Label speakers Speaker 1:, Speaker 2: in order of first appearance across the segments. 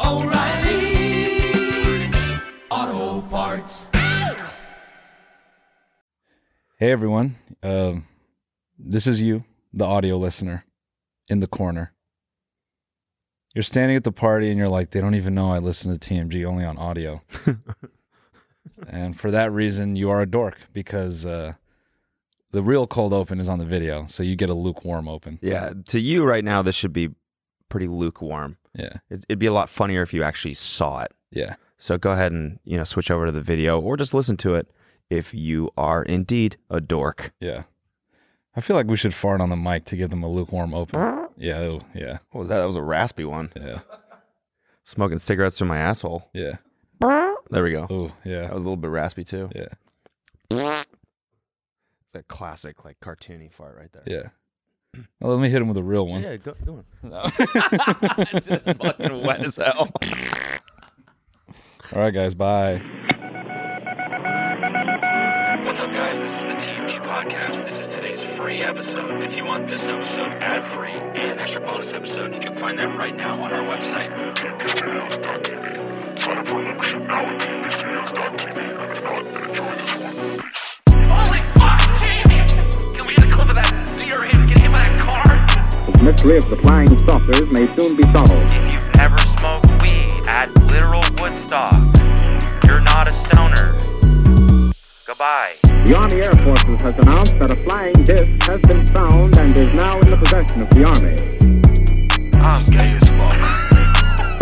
Speaker 1: oh, oh, O'Reilly. Auto Parts.
Speaker 2: Hey everyone, um, this is you, the audio listener, in the corner. You're standing at the party and you're like, they don't even know I listen to TMG only on audio. and for that reason, you are a dork because uh, the real cold open is on the video, so you get a lukewarm open.
Speaker 3: Yeah, to you right now, this should be pretty lukewarm.
Speaker 2: Yeah,
Speaker 3: It- It'd be a lot funnier if you actually saw it.
Speaker 2: yeah.
Speaker 3: So go ahead and you know switch over to the video or just listen to it if you are indeed a dork.
Speaker 2: Yeah. I feel like we should fart on the mic to give them a lukewarm open. Yeah, ew, yeah,
Speaker 3: What was that? That was a raspy one.
Speaker 2: yeah,
Speaker 3: Smoking cigarettes through my asshole.
Speaker 2: yeah.
Speaker 3: There we go.
Speaker 2: Oh,
Speaker 3: That
Speaker 2: yeah,
Speaker 3: was a little bit raspy too.
Speaker 2: yeah,
Speaker 3: It's that classic like cartoony fart right there.
Speaker 2: yeah. Now let me hit him with a real one.
Speaker 3: Yeah, go, go on. just fucking wet as hell.
Speaker 2: All right, guys, bye.
Speaker 4: What's up, guys? This is the TMG Podcast. This is today's free episode. If you want this episode ad free and an extra bonus episode, you can find that right now on our website. Sign up for a membership now at TMGStales.tv. And if not, then enjoy this one. Holy fuck, Jamie! Can we get a clip of that deer him getting hit by that car?
Speaker 5: The mystery of the flying saucers may soon be solved.
Speaker 4: If you've never smoked weed at literal Woodstock, you're not a stoner. Goodbye.
Speaker 5: The Army Air Forces has announced that a flying disc has been found and is now in the possession of the Army.
Speaker 4: I'm gay as fuck.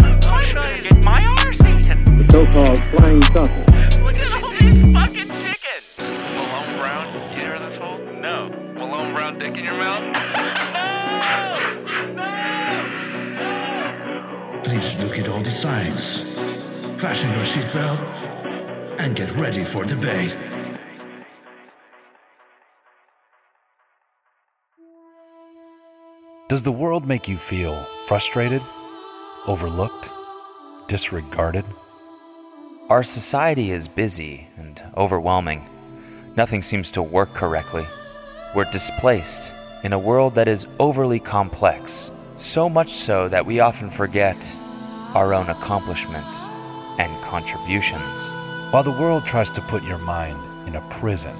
Speaker 4: I'm trying to get my arse eaten.
Speaker 5: The so-called flying saucer.
Speaker 4: Look at all these fucking chickens. Malone Brown, you hear this hole? No. Malone Brown dick in your mouth? no! No!
Speaker 6: Please look at all the signs. Fasten your seatbelt and get ready for debate.
Speaker 7: Does the world make you feel frustrated, overlooked, disregarded?
Speaker 8: Our society is busy and overwhelming. Nothing seems to work correctly. We're displaced in a world that is overly complex, so much so that we often forget our own accomplishments and contributions.
Speaker 7: While the world tries to put your mind in a prison,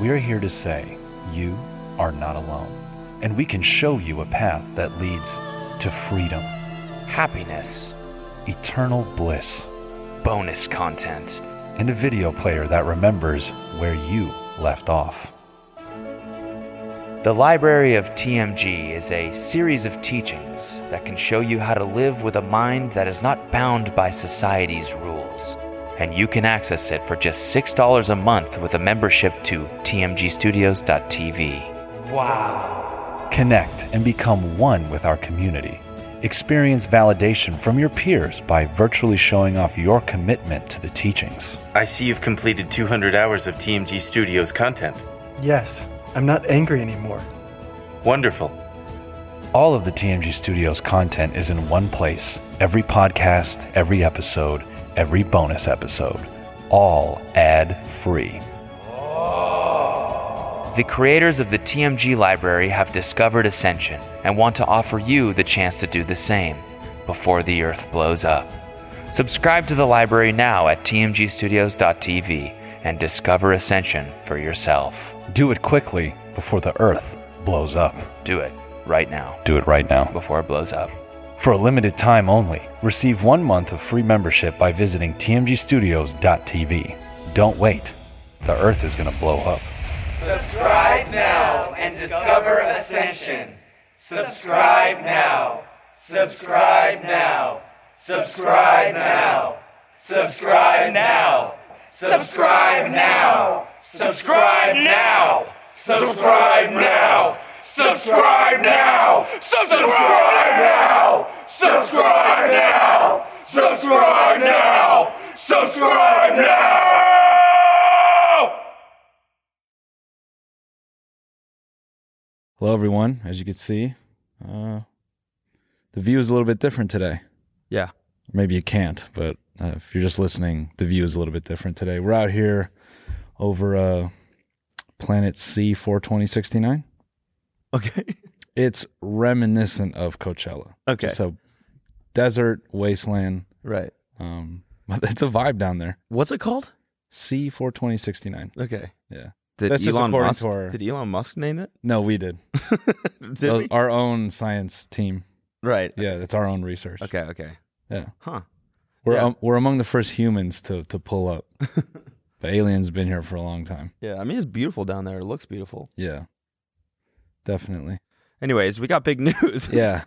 Speaker 7: we are here to say you are not alone, and we can show you a path that leads to freedom,
Speaker 8: Happiness,
Speaker 7: eternal bliss,
Speaker 8: bonus content.
Speaker 7: and a video player that remembers where you left off.
Speaker 8: The Library of TMG is a series of teachings that can show you how to live with a mind that is not bound by society's rules. And you can access it for just $6 a month with a membership to tmgstudios.tv. Wow.
Speaker 7: Connect and become one with our community. Experience validation from your peers by virtually showing off your commitment to the teachings.
Speaker 9: I see you've completed 200 hours of TMG Studios content.
Speaker 10: Yes, I'm not angry anymore.
Speaker 9: Wonderful.
Speaker 7: All of the TMG Studios content is in one place. Every podcast, every episode, every bonus episode, all ad free.
Speaker 8: The creators of the TMG Library have discovered Ascension and want to offer you the chance to do the same before the Earth blows up. Subscribe to the library now at tmgstudios.tv and discover Ascension for yourself.
Speaker 7: Do it quickly before the earth blows up.
Speaker 8: Do it right now
Speaker 7: Do it right now.
Speaker 8: before it blows up.
Speaker 7: For a limited time only, receive one month of free membership by visiting tmgstudios.tv. Don't wait, the earth is going to blow up.
Speaker 4: Subscribe now and discover Ascension. Subscribe now. Subscribe now. Subscribe now. Subscribe now. Subscribe now. Subscribe now. Subscribe now. Subscribe now. Subscribe now. Subscribe now. Subscribe now. Subscribe now.
Speaker 2: Hello, everyone. As you can see, uh, the view is a little bit different today.
Speaker 3: Yeah.
Speaker 2: Maybe you can't, but uh, if you're just listening, the view is a little bit different today. We're out here over uh, Planet C 42069.
Speaker 3: Okay.
Speaker 2: It's reminiscent of Coachella.
Speaker 3: Okay.
Speaker 2: So desert, wasteland.
Speaker 3: Right.
Speaker 2: Um, but it's a vibe down there.
Speaker 3: What's it called?
Speaker 2: C 42069.
Speaker 3: Okay.
Speaker 2: Yeah.
Speaker 3: Did
Speaker 2: That's just
Speaker 3: Elon
Speaker 2: according
Speaker 3: Musk?
Speaker 2: to our-
Speaker 3: Did Elon Musk name it?
Speaker 2: No, we did.
Speaker 3: Did
Speaker 2: Uh,
Speaker 3: we?
Speaker 2: Our own science team.
Speaker 3: Right.
Speaker 2: Yeah, it's our own research.
Speaker 3: Okay. Okay.
Speaker 2: Yeah.
Speaker 3: Huh.
Speaker 2: We're
Speaker 3: Yeah.
Speaker 2: um, we're among the first humans to to pull up. the aliens have been here for a long time.
Speaker 3: Yeah. I mean, it's beautiful down there. It looks beautiful.
Speaker 2: Yeah. Definitely.
Speaker 3: Anyways, we got big news.
Speaker 2: Yeah.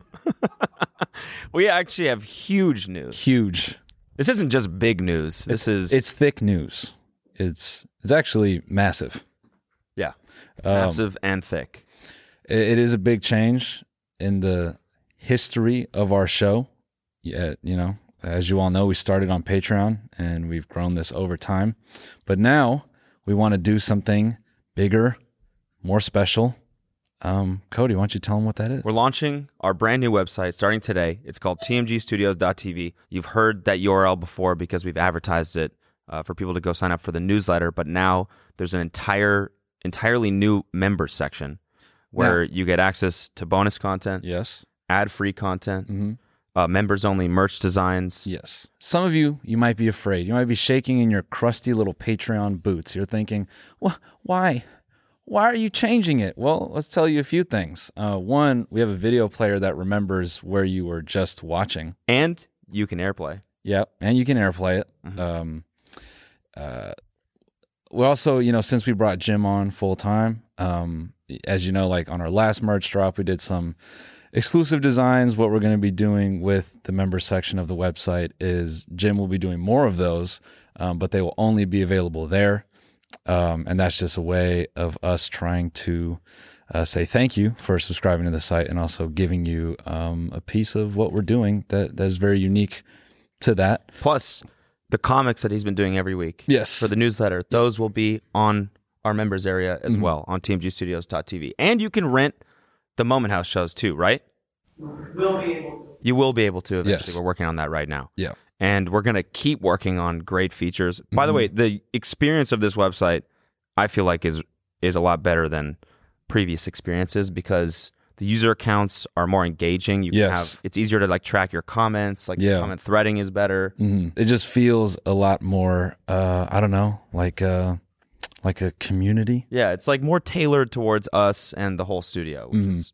Speaker 3: we actually have huge news.
Speaker 2: Huge.
Speaker 3: This isn't just big news. This is
Speaker 2: It's thick news. It's it's actually massive.
Speaker 3: yeah,
Speaker 2: Um,
Speaker 3: massive and thick.
Speaker 2: It, it is a big change in the history of our show. Yeah, you know, as you all know, we started on Patreon and we've grown this over time. But now we want to do something bigger, more special. Um, Cody, why don't you tell them what that is?
Speaker 3: We're launching our brand new website starting today. It's called tmgstudios.tv. You've heard that URL before because we've advertised it uh, for people to go sign up for the newsletter, but now there's an entire entirely new member section where you get access to bonus content,
Speaker 2: Yes.
Speaker 3: ad-free content,
Speaker 2: Mm-hmm.
Speaker 3: uh, members-only merch designs.
Speaker 2: Yes. Some of you, you might be afraid. You might be shaking in your crusty little Patreon boots. You're thinking, "Wh- why? Why are you changing it? Well, let's tell you a few things. Uh, one, we have a video player that remembers where you were just watching.
Speaker 3: And you can airplay.
Speaker 2: Yep. And you can airplay it. Um, uh, we also, you know, since we brought Jim on full time, um, as you know, like on our last merch drop, we did some exclusive designs. What we're going to be doing with the member section of the website is Jim will be doing more of those, um, but they will only be available there. Um, and that's just a way of us trying to uh, say thank you for subscribing to the site and also giving you um, a piece of what we're doing that, that is very unique to that.
Speaker 3: Plus, the comics that he's been doing every week.
Speaker 2: Yes.
Speaker 3: For the newsletter, those will be on our members area as
Speaker 2: Mm-hmm.
Speaker 3: well on tmgstudios.tv. And you can rent the Moment House shows too, right? You will be able to eventually.
Speaker 2: Yes.
Speaker 3: We're working on that right now.
Speaker 2: Yeah.
Speaker 3: And we're going to keep working on great features. By
Speaker 2: Mm-hmm.
Speaker 3: the way, the experience of this website I feel like is is a lot better than previous experiences because the user accounts are more engaging. You can
Speaker 2: Yes.
Speaker 3: have it's easier to like track your comments, like
Speaker 2: Yeah.
Speaker 3: the comment threading is better.
Speaker 2: Mhm. It just feels a lot more uh I don't know, like uh like a community.
Speaker 3: Yeah, it's like more tailored towards us and the whole studio, which
Speaker 2: Mm-hmm.
Speaker 3: is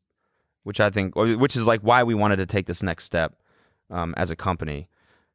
Speaker 3: which I think which is like why we wanted to take this next step um, as a company.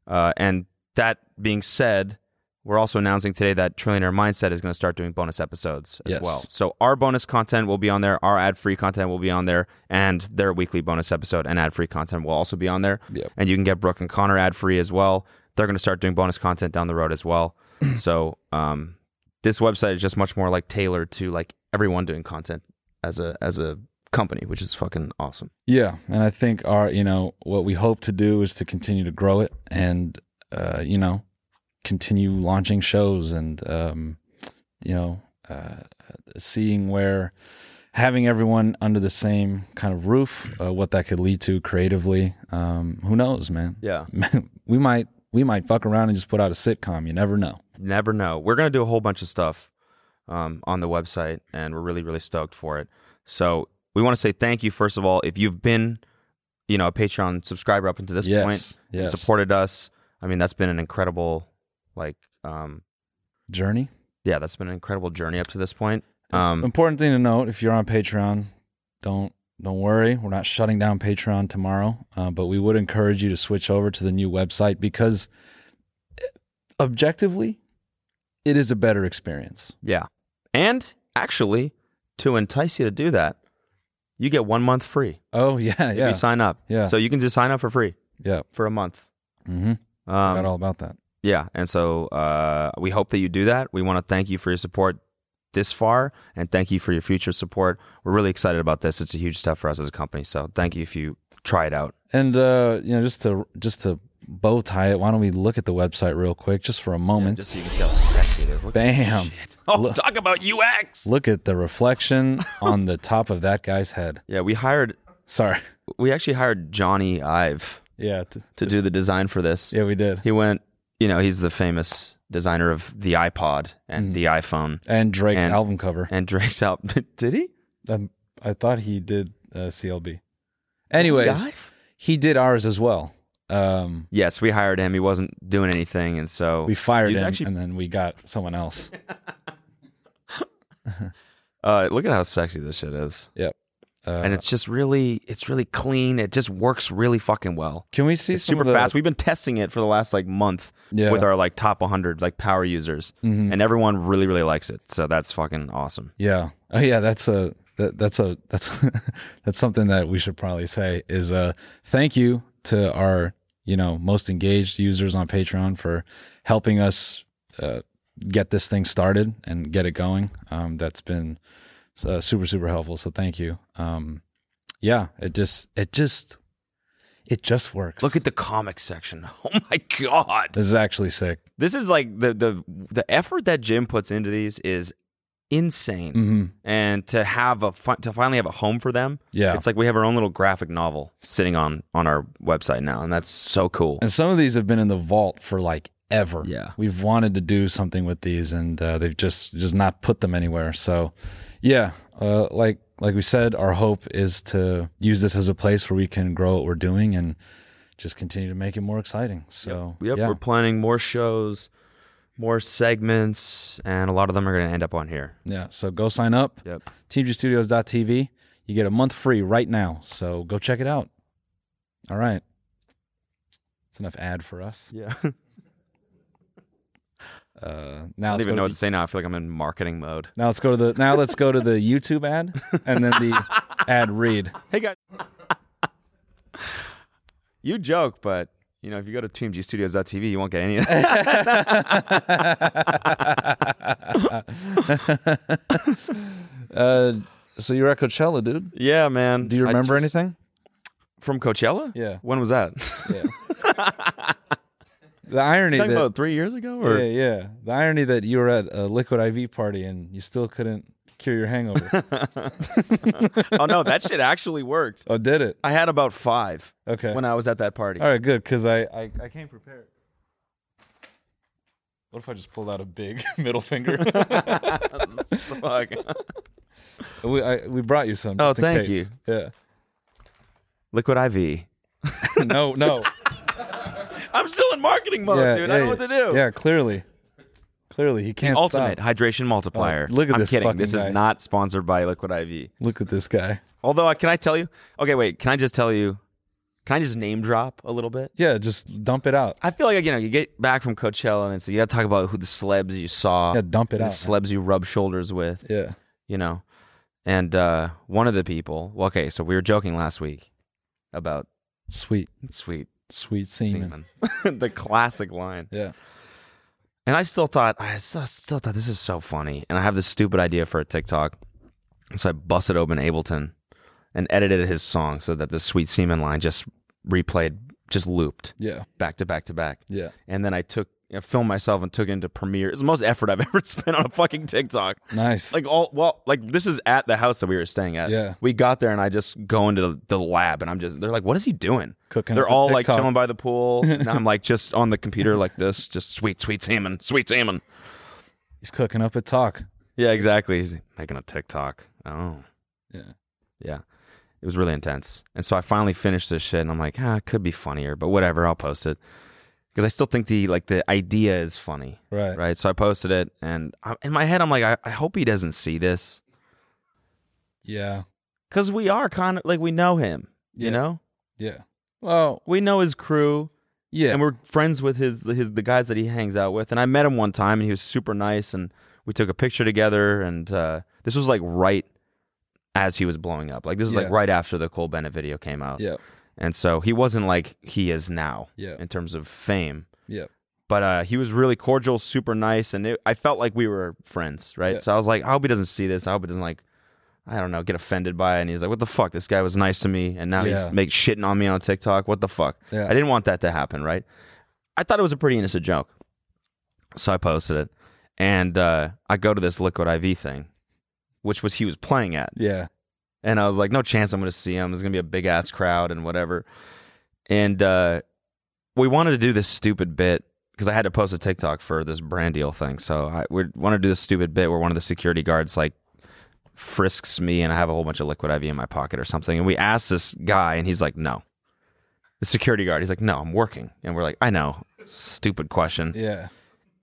Speaker 3: Uh, and that being said, we're also announcing today that Trillionaire Mindset is going to start doing bonus episodes as
Speaker 2: Yes.
Speaker 3: well. So our bonus content will be on there, our ad-free content will be on there, and their weekly bonus episode and ad-free content will also be on there.
Speaker 2: Yep.
Speaker 3: And you can get Brooke and Connor ad-free as well. They're going to start doing bonus content down the road as well. so um, this website is just much more like tailored to like everyone doing content as a as a company, which is fucking awesome.
Speaker 2: Yeah, and I think our you know what we hope to do is to continue to grow it and uh you know continue launching shows and um you know uh seeing where having everyone under the same kind of roof uh, what that could lead to creatively um who knows man
Speaker 3: Yeah.
Speaker 2: we might we might fuck around and just put out a sitcom you never know
Speaker 3: never know. We're gonna do a whole bunch of stuff um, on the website, and we're really really stoked for it. So we want to say thank you first of all if you've been, you know, a Patreon subscriber up until this
Speaker 2: Yes,
Speaker 3: point and
Speaker 2: yes.
Speaker 3: supported us. I mean, that's been an incredible, like, um,
Speaker 2: journey
Speaker 3: yeah, that's been an incredible journey up to this point. Um,
Speaker 2: Important thing to note: if you're on Patreon, don't don't worry. We're not shutting down Patreon tomorrow, uh, but we would encourage you to switch over to the new website because eh, objectively, it is a better experience.
Speaker 3: yeah, and actually, to entice you to do that, you get one month free
Speaker 2: Oh yeah,
Speaker 3: if
Speaker 2: yeah,
Speaker 3: you sign up.
Speaker 2: Yeah.
Speaker 3: so you can just sign up for free
Speaker 2: yeah.
Speaker 3: for a month.
Speaker 2: Mm-hmm.
Speaker 3: Um,
Speaker 2: Forgot all about that.
Speaker 3: Yeah, and so uh, we hope that you do that. We want to thank you for your support this far, and thank you for your future support. We're really excited about this. It's a huge step for us as a company. So thank you if you try it out.
Speaker 2: And uh, you know, just to just to bow tie it, why don't we look at the website real quick just for a moment?
Speaker 3: just so you can see how sexy it is. Look at this
Speaker 2: Bam.
Speaker 3: Oh, talk about UX.
Speaker 2: Look at the reflection on the top of that guy's head.
Speaker 3: Yeah, we hired.
Speaker 2: Sorry.
Speaker 3: We actually hired Johnny Ive.
Speaker 2: Yeah. To,
Speaker 3: do the design for this.
Speaker 2: Yeah, we did.
Speaker 3: He went, you know, he's the famous designer of the iPod and
Speaker 2: Mm-hmm.
Speaker 3: the iPhone.
Speaker 2: And Drake's album cover.
Speaker 3: And Drake's album. did he?
Speaker 2: Um, I thought he did uh, CLB. Anyways,
Speaker 3: Live?
Speaker 2: he did ours as well. Um,
Speaker 3: Yes, we hired him. He wasn't doing anything. And so
Speaker 2: we fired
Speaker 3: He was
Speaker 2: him,
Speaker 3: Actually,
Speaker 2: and then we got someone else.
Speaker 3: uh, look at how sexy this shit is.
Speaker 2: Yep.
Speaker 3: and it's just really, it's really clean. It just works really fucking well.
Speaker 2: Can we see
Speaker 3: It's
Speaker 2: some
Speaker 3: super
Speaker 2: of the-
Speaker 3: fast. We've been testing it for the last like month
Speaker 2: Yeah.
Speaker 3: with our like top 100 like power users,
Speaker 2: Mhm.
Speaker 3: and everyone really really likes it. So that's fucking awesome.
Speaker 2: Yeah. Oh yeah, that's a that, that's a that's that's something that we should probably say is uh thank you to our, you know, most engaged users on Patreon for helping us uh, get this thing started and get it going. Um that's been uh, super super helpful. So thank you. Um yeah, it just it just it just works.
Speaker 3: Look at the comic section. Oh my god.
Speaker 2: This is actually sick.
Speaker 3: This is like the the the effort that Jim puts into these is insane.
Speaker 2: Mhm.
Speaker 3: And to have a fi- to finally have a home for them.
Speaker 2: Yeah.
Speaker 3: It's like we have our own little graphic novel sitting on on our website now and that's so cool.
Speaker 2: And some of these have been in the vault for like ever.
Speaker 3: Yeah.
Speaker 2: We've wanted to do something with these and uh, they've just just not put them anywhere. So yeah, uh, like like we said, our hope is to use this as a place where we can grow what we're doing and just continue to make it more exciting. So
Speaker 3: Yep,
Speaker 2: yeah.
Speaker 3: we're planning more shows, more segments, and a lot of them are going to end up on here.
Speaker 2: yeah. So go sign up.
Speaker 3: Yep.
Speaker 2: TeamGstudios.tv. You get a month free right now. So go check it out. All right. That's enough ad for us.
Speaker 3: Yeah. I
Speaker 2: Uh, now it's gonna
Speaker 3: don't even know
Speaker 2: be-
Speaker 3: what to say now. I feel like I'm in marketing mode.
Speaker 2: Now let's go to the now let's go to the YouTube ad and then the ad read.
Speaker 3: Hey guys. you joke, but you know, if you go to teamgstudios.tv, you won't get any of that.
Speaker 2: Uh, so you're at Coachella, dude.
Speaker 3: yeah, man.
Speaker 2: Do you
Speaker 3: I
Speaker 2: remember
Speaker 3: just-
Speaker 2: anything?
Speaker 3: From Coachella?
Speaker 2: Yeah.
Speaker 3: When was that?
Speaker 2: Yeah. the irony
Speaker 3: Talking
Speaker 2: that
Speaker 3: about three years ago? Or
Speaker 2: yeah, yeah, the irony that you were at a Liquid IV party and you still couldn't cure your hangover.
Speaker 3: oh no, that shit actually worked.
Speaker 2: oh, did it?
Speaker 3: I had about five
Speaker 2: Okay.
Speaker 3: when I was at that party.
Speaker 2: All right, good, because I, I I came prepared. What if I just pulled out a big middle finger?
Speaker 3: Fuck.
Speaker 2: we I, we brought you some.
Speaker 3: Oh,
Speaker 2: just in
Speaker 3: thank
Speaker 2: case. Yeah.
Speaker 3: Liquid IV.
Speaker 2: No, no.
Speaker 3: I'm still in marketing mode,
Speaker 2: yeah,
Speaker 3: Oh, dude.
Speaker 2: yeah,
Speaker 3: I don't know what to do.
Speaker 2: Yeah, clearly. Clearly, he can't
Speaker 3: Ultimate
Speaker 2: stop.
Speaker 3: hydration multiplier.
Speaker 2: Oh, look at
Speaker 3: I'm
Speaker 2: this
Speaker 3: kidding.
Speaker 2: fucking
Speaker 3: This
Speaker 2: guy.
Speaker 3: is not sponsored by Liquid IV.
Speaker 2: Look at this guy.
Speaker 3: Although, uh, can I tell you? Okay, wait. Can I just tell you? Can I just name drop a little bit?
Speaker 2: Yeah, just dump it out.
Speaker 3: I feel like you know you get back from Coachella and so you got to talk about who the celebs you saw,
Speaker 2: Yeah, dump it
Speaker 3: the
Speaker 2: out.
Speaker 3: celebs you rub shoulders with,
Speaker 2: Yeah.
Speaker 3: you know. And uh, one of the people. Well, okay, so we were joking last week about
Speaker 2: Sweet,
Speaker 3: sweet
Speaker 2: sweet semen.
Speaker 3: semen, the classic line.
Speaker 2: Yeah.
Speaker 3: And I still thought I still, still thought this is so funny, and I have this stupid idea for a TikTok. And So I busted open Ableton and edited his song so that the sweet semen line just replayed, just looped
Speaker 2: Yeah.
Speaker 3: back to back to back.
Speaker 2: Yeah.
Speaker 3: and then I took I filmed myself and took it into Premiere. It's the most effort I've ever spent on a fucking TikTok.
Speaker 2: Nice.
Speaker 3: Like all well, like this is at the house that we were staying at.
Speaker 2: Yeah.
Speaker 3: we got there and I just go into the, the lab and I'm just they're like, what is he doing?
Speaker 2: Cooking
Speaker 3: They're
Speaker 2: up a
Speaker 3: all like
Speaker 2: TikTok.
Speaker 3: chilling by the pool, and I'm like just on the computer like this, just sweet sweet salmon, sweet salmon.
Speaker 2: He's cooking up a talk.
Speaker 3: Yeah, exactly. He's making a TikTok. Oh,
Speaker 2: Yeah.
Speaker 3: yeah. It was really intense. And so I finally finished this shit and I'm like, ah, it could be funnier, but whatever, I'll post it. Because I still think the like the idea is funny.
Speaker 2: Right.
Speaker 3: Right. So I posted it and I, in my head I'm like, I, I hope he doesn't see this.
Speaker 2: Yeah.
Speaker 3: Cause we are kind of like we know him. You
Speaker 2: Yeah.
Speaker 3: know?
Speaker 2: Yeah. Well,
Speaker 3: We know his crew.
Speaker 2: yeah.
Speaker 3: And we're friends with his his the guys that he hangs out with. And I met him one time and he was super nice and we took a picture together and uh, this was like right as he was blowing up. Like this was
Speaker 2: Yeah.
Speaker 3: like right after the Cole Bennett video came out.
Speaker 2: Yeah.
Speaker 3: And so he wasn't like he is now
Speaker 2: Yeah.
Speaker 3: in terms of fame.
Speaker 2: Yeah.
Speaker 3: But uh, he was really cordial, super nice, and it, I felt like we were friends, right?
Speaker 2: Yeah.
Speaker 3: So I was like, I hope he doesn't see this. I hope he doesn't like I don't know, get offended by it. And he's like, what the fuck? This guy was nice to me. And now
Speaker 2: Yeah.
Speaker 3: he's make shitting on me on TikTok. What the fuck?
Speaker 2: Yeah.
Speaker 3: I didn't want that to happen, right? I thought it was a pretty innocent joke. So I posted it. And uh, I go to this liquid IV thing, which was he was playing at.
Speaker 2: Yeah.
Speaker 3: And I was like, no chance I'm going to see him. There's going to be a big ass crowd and whatever. And uh, we wanted to do this stupid bit because I had to post a TikTok for this brand deal thing. So I we wanted to do this stupid bit where one of the security guards like frisks me and I have a whole bunch of liquid IV in my pocket or something. And we asked this guy and he's like, no. The security guard, he's like, no, I'm working. And we're like, I know. Stupid question
Speaker 2: Yeah.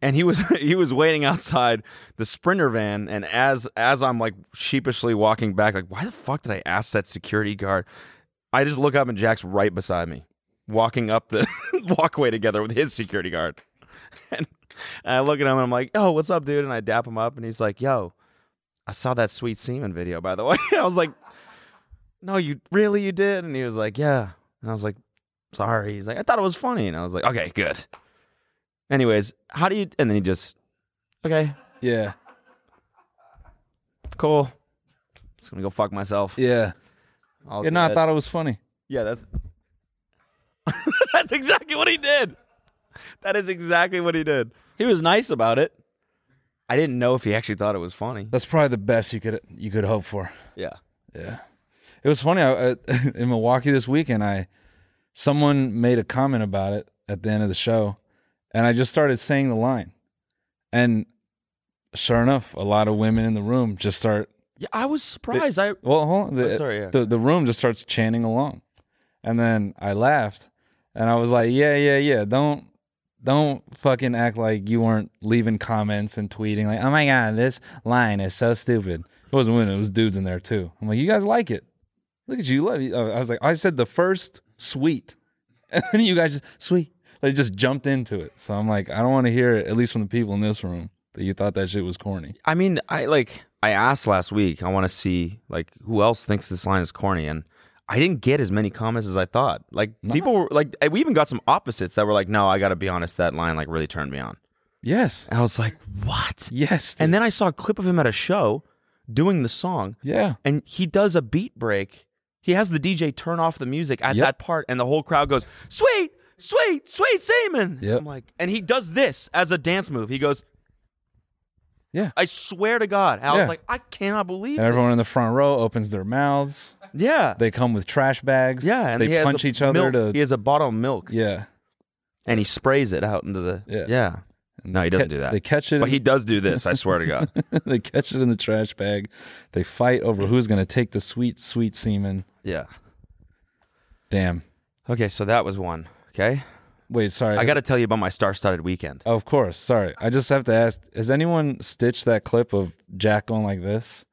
Speaker 3: and he was he was waiting outside the sprinter van and as as i'm like sheepishly walking back like why the fuck did i ask that security guard i just look up and jack's right beside me walking up the walkway together with his security guard and, and i look at him and i'm like oh what's up dude and i dap him up and he's like yo i saw that sweet semen video by the way i was like no you really you did and he was like yeah and i was like sorry he's like i thought it was funny and i was like okay good Anyways, how do you? And then he just, okay,
Speaker 2: yeah,
Speaker 3: cool. Just gonna go fuck myself.
Speaker 2: Yeah.
Speaker 3: I'll
Speaker 2: yeah
Speaker 3: do
Speaker 2: no, I
Speaker 3: that.
Speaker 2: thought it was funny.
Speaker 3: Yeah, that's that's exactly what he did. That is exactly what he did. He was nice about it. I didn't know if he actually thought it was funny.
Speaker 2: That's probably the best you could you could hope for.
Speaker 3: Yeah.
Speaker 2: Yeah. It was funny. I, I, in Milwaukee this weekend, I someone made a comment about it at the end of the show, and I just started saying the line, and sure enough, a lot of women in the room just start.
Speaker 3: Yeah, I was surprised. I
Speaker 2: Well, hold on. The,
Speaker 3: I'm sorry, yeah.
Speaker 2: the the room just starts chanting along, and then I laughed, and I was like, yeah, yeah, yeah. Don't don't fucking act like you weren't leaving comments and tweeting like, oh my god, this line is so stupid. It wasn't women; it was dudes in there too. I'm like, you guys like it. Look at you, love you. I was like, I said the first sweet, and then you guys just sweet. They just jumped into it. So I'm like, I don't want to hear it, at least from the people in this room, that you thought that shit was corny.
Speaker 3: I mean, I like I asked last week. I want to see like who else thinks this line is corny, and I didn't get as many comments as I thought. Like people were like, we even got some opposites that were like, no, I got to be honest, that line like really turned me on.
Speaker 2: Yes.
Speaker 3: And I was like, what?
Speaker 2: Yes.
Speaker 3: And then I saw a clip of him at a show doing the song.
Speaker 2: Yeah.
Speaker 3: And he does a beat break. He has the DJ turn off the music at
Speaker 2: Yep.
Speaker 3: that part, and the whole crowd goes, sweet, sweet, sweet semen.
Speaker 2: Yep.
Speaker 3: I'm like, and he does this as a dance move. He goes,
Speaker 2: Yeah.
Speaker 3: I swear to God. And I
Speaker 2: Yeah.
Speaker 3: was like, I cannot believe
Speaker 2: And
Speaker 3: it.
Speaker 2: everyone in the front row opens their mouths.
Speaker 3: Yeah.
Speaker 2: They come with trash bags.
Speaker 3: yeah. And he
Speaker 2: they
Speaker 3: has
Speaker 2: punch
Speaker 3: a
Speaker 2: each other
Speaker 3: milk- He
Speaker 2: to.
Speaker 3: has a bottle of milk
Speaker 2: Yeah.
Speaker 3: and he sprays it out into the.
Speaker 2: Yeah.
Speaker 3: No, he doesn't
Speaker 2: ca-
Speaker 3: do that.
Speaker 2: They catch it.
Speaker 3: But
Speaker 2: in-
Speaker 3: he does do this, I swear to God.
Speaker 2: they catch it in the trash bag. They fight over who's going to take the sweet, sweet semen.
Speaker 3: Yeah.
Speaker 2: Damn.
Speaker 3: Okay, so that was one. Okay.
Speaker 2: Wait, sorry.
Speaker 3: I got to tell you about my star studded weekend.
Speaker 2: Of course. Sorry. I just have to ask Has anyone stitched that clip of Jack going like this?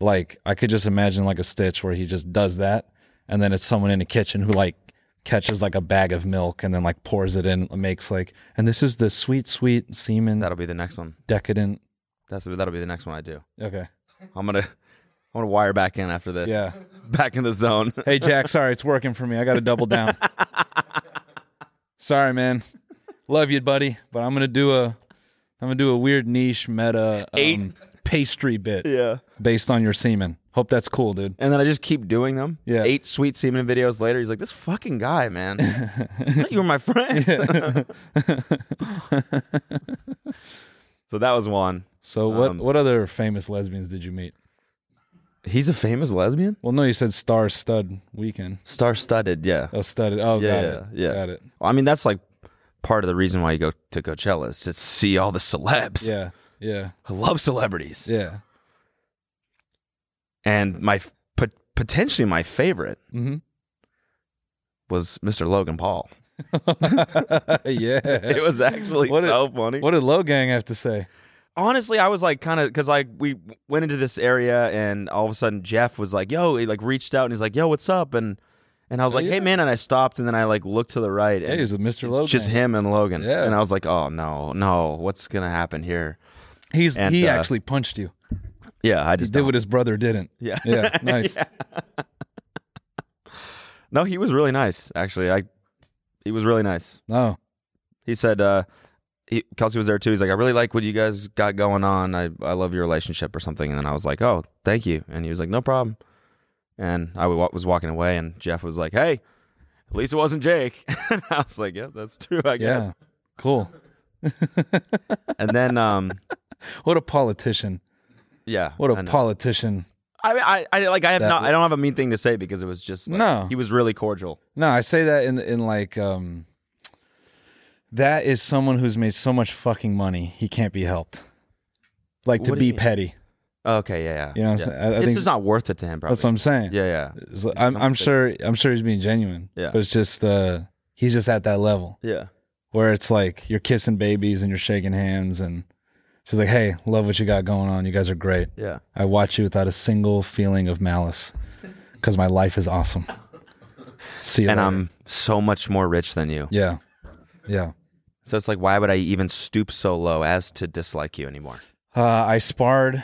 Speaker 2: Like, I could just imagine like a stitch where he just does that. And then it's someone in the kitchen who like catches like a bag of milk and then like pours it in and makes like, and this is the sweet, sweet semen,
Speaker 3: That'll be the next one.
Speaker 2: decadent.
Speaker 3: That's that'll be the next one I do.
Speaker 2: Okay.
Speaker 3: I'm gonna I'm gonna wire back in after this.
Speaker 2: Yeah.
Speaker 3: Back in the zone.
Speaker 2: Hey, Jack. Sorry. It's working for me. I got to double down. sorry, man. Love you, buddy. But I'm going to do a. I'm gonna do a weird niche meta
Speaker 3: Eight.
Speaker 2: um, pastry bit.
Speaker 3: Yeah.
Speaker 2: based on your semen. Hope that's cool, dude.
Speaker 3: And then I just keep doing them.
Speaker 2: Yeah.
Speaker 3: Eight sweet semen videos later, he's like, "This fucking guy, man. I thought you were my friend." so that was one.
Speaker 2: So what
Speaker 3: Um,
Speaker 2: what other famous lesbians did you meet?
Speaker 3: He's a famous lesbian.
Speaker 2: Well, no, you said star stud weekend.
Speaker 3: Star studded. Yeah.
Speaker 2: Oh, studded. Oh,
Speaker 3: Yeah,
Speaker 2: got
Speaker 3: yeah,
Speaker 2: it.
Speaker 3: yeah.
Speaker 2: Got it.
Speaker 3: I mean, that's like part of the reason why you go to Coachella is to see all the celebs.
Speaker 2: Yeah, yeah,
Speaker 3: I love celebrities.
Speaker 2: yeah.
Speaker 3: And my f- pot- potentially my favorite
Speaker 2: Mm-hmm.
Speaker 3: was Mr. Logan Paul.
Speaker 2: yeah.
Speaker 3: It was actually
Speaker 2: What
Speaker 3: so
Speaker 2: a-
Speaker 3: funny.
Speaker 2: What did Low Gang have to say?
Speaker 3: honestly, I was like kind of because like we went into this area and all of a sudden Jeff was like, "Yo," he like reached out and he's like, "Yo, what's up?" and and I was like,
Speaker 2: Oh, yeah.
Speaker 3: "Hey, man!" and I stopped and then I like looked to the right.
Speaker 2: Yeah,
Speaker 3: and
Speaker 2: he was with Mr.
Speaker 3: it's
Speaker 2: Logan.
Speaker 3: Just him and Logan.
Speaker 2: Yeah.
Speaker 3: And I was like, "Oh no, no, what's gonna happen here?"
Speaker 2: He's
Speaker 3: and,
Speaker 2: he
Speaker 3: uh,
Speaker 2: actually punched you.
Speaker 3: Yeah, I
Speaker 2: He
Speaker 3: just
Speaker 2: did
Speaker 3: don't.
Speaker 2: what his brother didn't.
Speaker 3: Yeah.
Speaker 2: Yeah. Nice.
Speaker 3: no, he was really nice actually. I he was really nice.
Speaker 2: No.
Speaker 3: He said, uh, he, Kelsey was there too. He's like, I really like what you guys got going on. I, I love your relationship or something. And then I was like, oh, thank you. And he was like, no problem. And I wa- was walking away, and Jeff was like, hey, at least it wasn't Jake. and I was like, yeah, that's true, I guess.
Speaker 2: Yeah. Cool.
Speaker 3: and then, um,
Speaker 2: what a politician.
Speaker 3: Yeah.
Speaker 2: What
Speaker 3: I
Speaker 2: a
Speaker 3: know.
Speaker 2: politician.
Speaker 3: I, mean, I, I like I have
Speaker 2: That
Speaker 3: not
Speaker 2: was-
Speaker 3: I don't have a mean thing to say because it was just like,
Speaker 2: No.
Speaker 3: he was really cordial.
Speaker 2: No, I say that in in like um that is someone who's made so much fucking money, he can't be helped. Like to
Speaker 3: What do you
Speaker 2: be
Speaker 3: mean?
Speaker 2: petty.
Speaker 3: Okay, yeah, yeah.
Speaker 2: You know what I'm
Speaker 3: yeah.
Speaker 2: saying? I- I
Speaker 3: it's
Speaker 2: think-
Speaker 3: just not worth it to him. Probably.
Speaker 2: That's what I'm saying.
Speaker 3: Yeah, yeah.
Speaker 2: So I'm I'm sure I'm sure he's being genuine.
Speaker 3: Yeah.
Speaker 2: But it's just uh he's just at that level.
Speaker 3: Yeah.
Speaker 2: Where it's like you're kissing babies and you're shaking hands and she's like, Hey, love what you got going on. You guys are great.
Speaker 3: Yeah.
Speaker 2: I watch you without a single feeling of malice. Because my life is awesome. See you
Speaker 3: and um,
Speaker 2: later.
Speaker 3: I'm so much more rich than you.
Speaker 2: Yeah. Yeah.
Speaker 3: So it's like, why would I even stoop so low as to dislike you anymore?
Speaker 2: Uh, I sparred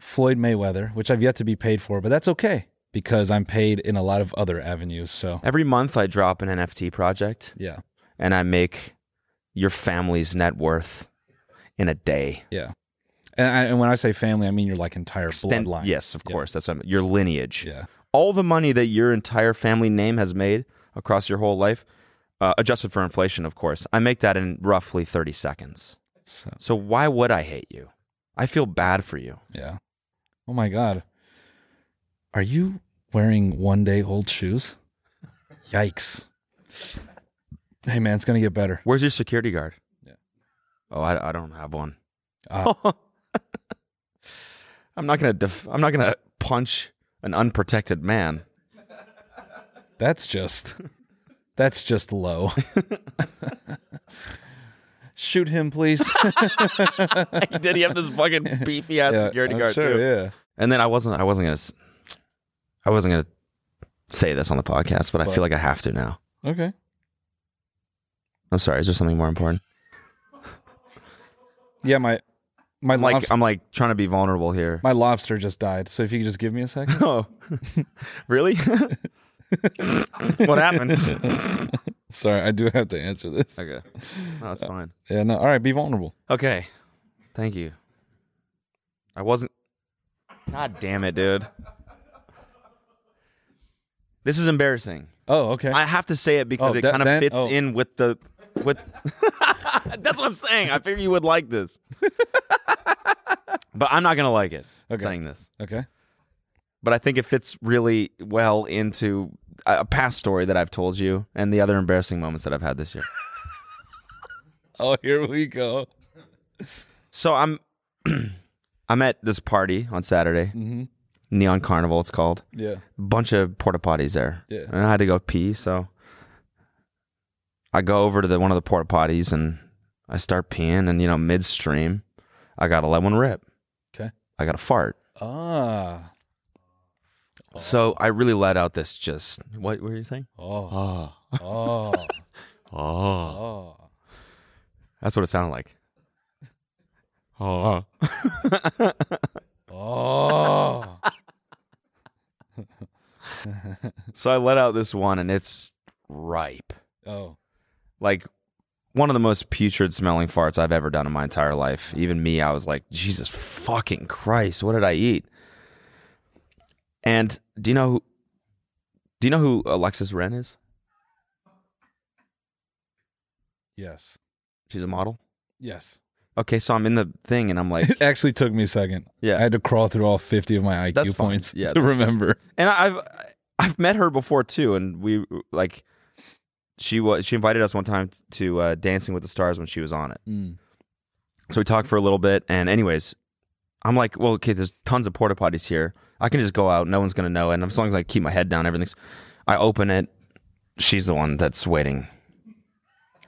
Speaker 2: Floyd Mayweather, which I've yet to be paid for, but that's okay because I'm paid in a lot of other avenues. So
Speaker 3: Every month I drop an NFT project.
Speaker 2: Yeah.
Speaker 3: And I make your family's net worth in a day.
Speaker 2: yeah, and, I, and when I say family, I mean your like entire
Speaker 3: Then-
Speaker 2: bloodline.
Speaker 3: yes, of
Speaker 2: Yeah.
Speaker 3: course. That's what I'm, your lineage.
Speaker 2: Yeah.
Speaker 3: All the money that your entire family name has made across your whole life, uh, adjusted for inflation, of course. I make that in roughly 30 seconds.
Speaker 2: So,
Speaker 3: So why would I hate you? I feel bad for you.
Speaker 2: yeah. Oh my God, are you wearing one day old shoes? Yikes! Hey man, it's gonna get better.
Speaker 3: Where's your security guard? Yeah. Ah. Oh, I, I don't have one.
Speaker 2: Uh,
Speaker 3: I'm not gonna. Def- I'm not gonna punch an unprotected man.
Speaker 2: That's just that's just low. Shoot him, please.
Speaker 3: Did he have this fucking beefy ass
Speaker 2: Yeah,
Speaker 3: security
Speaker 2: I'm
Speaker 3: guard
Speaker 2: sure,
Speaker 3: too?
Speaker 2: Yeah.
Speaker 3: And then I wasn't. I wasn't gonna. s- I wasn't gonna say this on the podcast, but I
Speaker 2: What?
Speaker 3: feel like I have to now.
Speaker 2: Okay.
Speaker 3: I'm sorry. Is there something more important?
Speaker 2: Yeah, my my
Speaker 3: I'm like
Speaker 2: lobster,
Speaker 3: I'm like trying to be vulnerable here.
Speaker 2: my lobster just died. So if you could just give me a second.
Speaker 3: oh, really? what happened?
Speaker 2: Sorry, I do have to answer this.
Speaker 3: okay, no, that's fine.
Speaker 2: Yeah, no. All right, be vulnerable.
Speaker 3: Okay. Thank you. I wasn't. God damn it, dude. This is embarrassing.
Speaker 2: Oh, okay.
Speaker 3: I have to say it because
Speaker 2: Oh,
Speaker 3: it
Speaker 2: that-
Speaker 3: kind of
Speaker 2: then-
Speaker 3: fits
Speaker 2: oh.
Speaker 3: in with the with. That's what I'm saying. I figure you would like this, but I'm not gonna like it.
Speaker 2: Okay.
Speaker 3: Saying this,
Speaker 2: okay.
Speaker 3: but I think it fits really well into a a past story that I've told you and the other embarrassing moments that I've had this year.
Speaker 2: Oh, here we go.
Speaker 3: So I'm I'm at this party on Saturday. Neon Carnival, it's called.
Speaker 2: Yeah.
Speaker 3: Bunch of porta potties there.
Speaker 2: Yeah.
Speaker 3: And I had to go pee, so I go over to the one of the porta potties and I start peeing and you know, midstream, I gotta let one rip.
Speaker 2: Okay.
Speaker 3: I gotta fart.
Speaker 2: Ah.
Speaker 3: So I really let out this just what were you saying?
Speaker 2: Oh.
Speaker 3: Oh.
Speaker 2: Oh.
Speaker 3: Oh.
Speaker 2: oh.
Speaker 3: That's what it sounded like. Oh.
Speaker 2: Oh.
Speaker 3: So I let out this one and it's ripe.
Speaker 2: Oh.
Speaker 3: like one of the most putrid smelling farts I've ever done in my entire life. Even me, I was like, Jesus fucking Christ, what did I eat? And do you know who do you know who Alexis Wren is?
Speaker 2: Yes.
Speaker 3: She's a model.
Speaker 2: Yes.
Speaker 3: Okay, so I'm in the thing and I'm like
Speaker 2: It actually took me a second.
Speaker 3: Yeah.
Speaker 2: I had to crawl through all 50 of my IQ
Speaker 3: That's fine.
Speaker 2: points
Speaker 3: Yeah,
Speaker 2: to
Speaker 3: that's fine.
Speaker 2: remember.
Speaker 3: and I've I've met her before too, and we like she was she invited us one time to uh, Dancing with the Stars when she was on it.
Speaker 2: Mm.
Speaker 3: So we talked for a little bit, and anyways, I'm like, well, okay, there's tons of porta potties here. I can just go out. No one's gonna know, and as long as I keep my head down, everything's. I open it. She's the one that's waiting.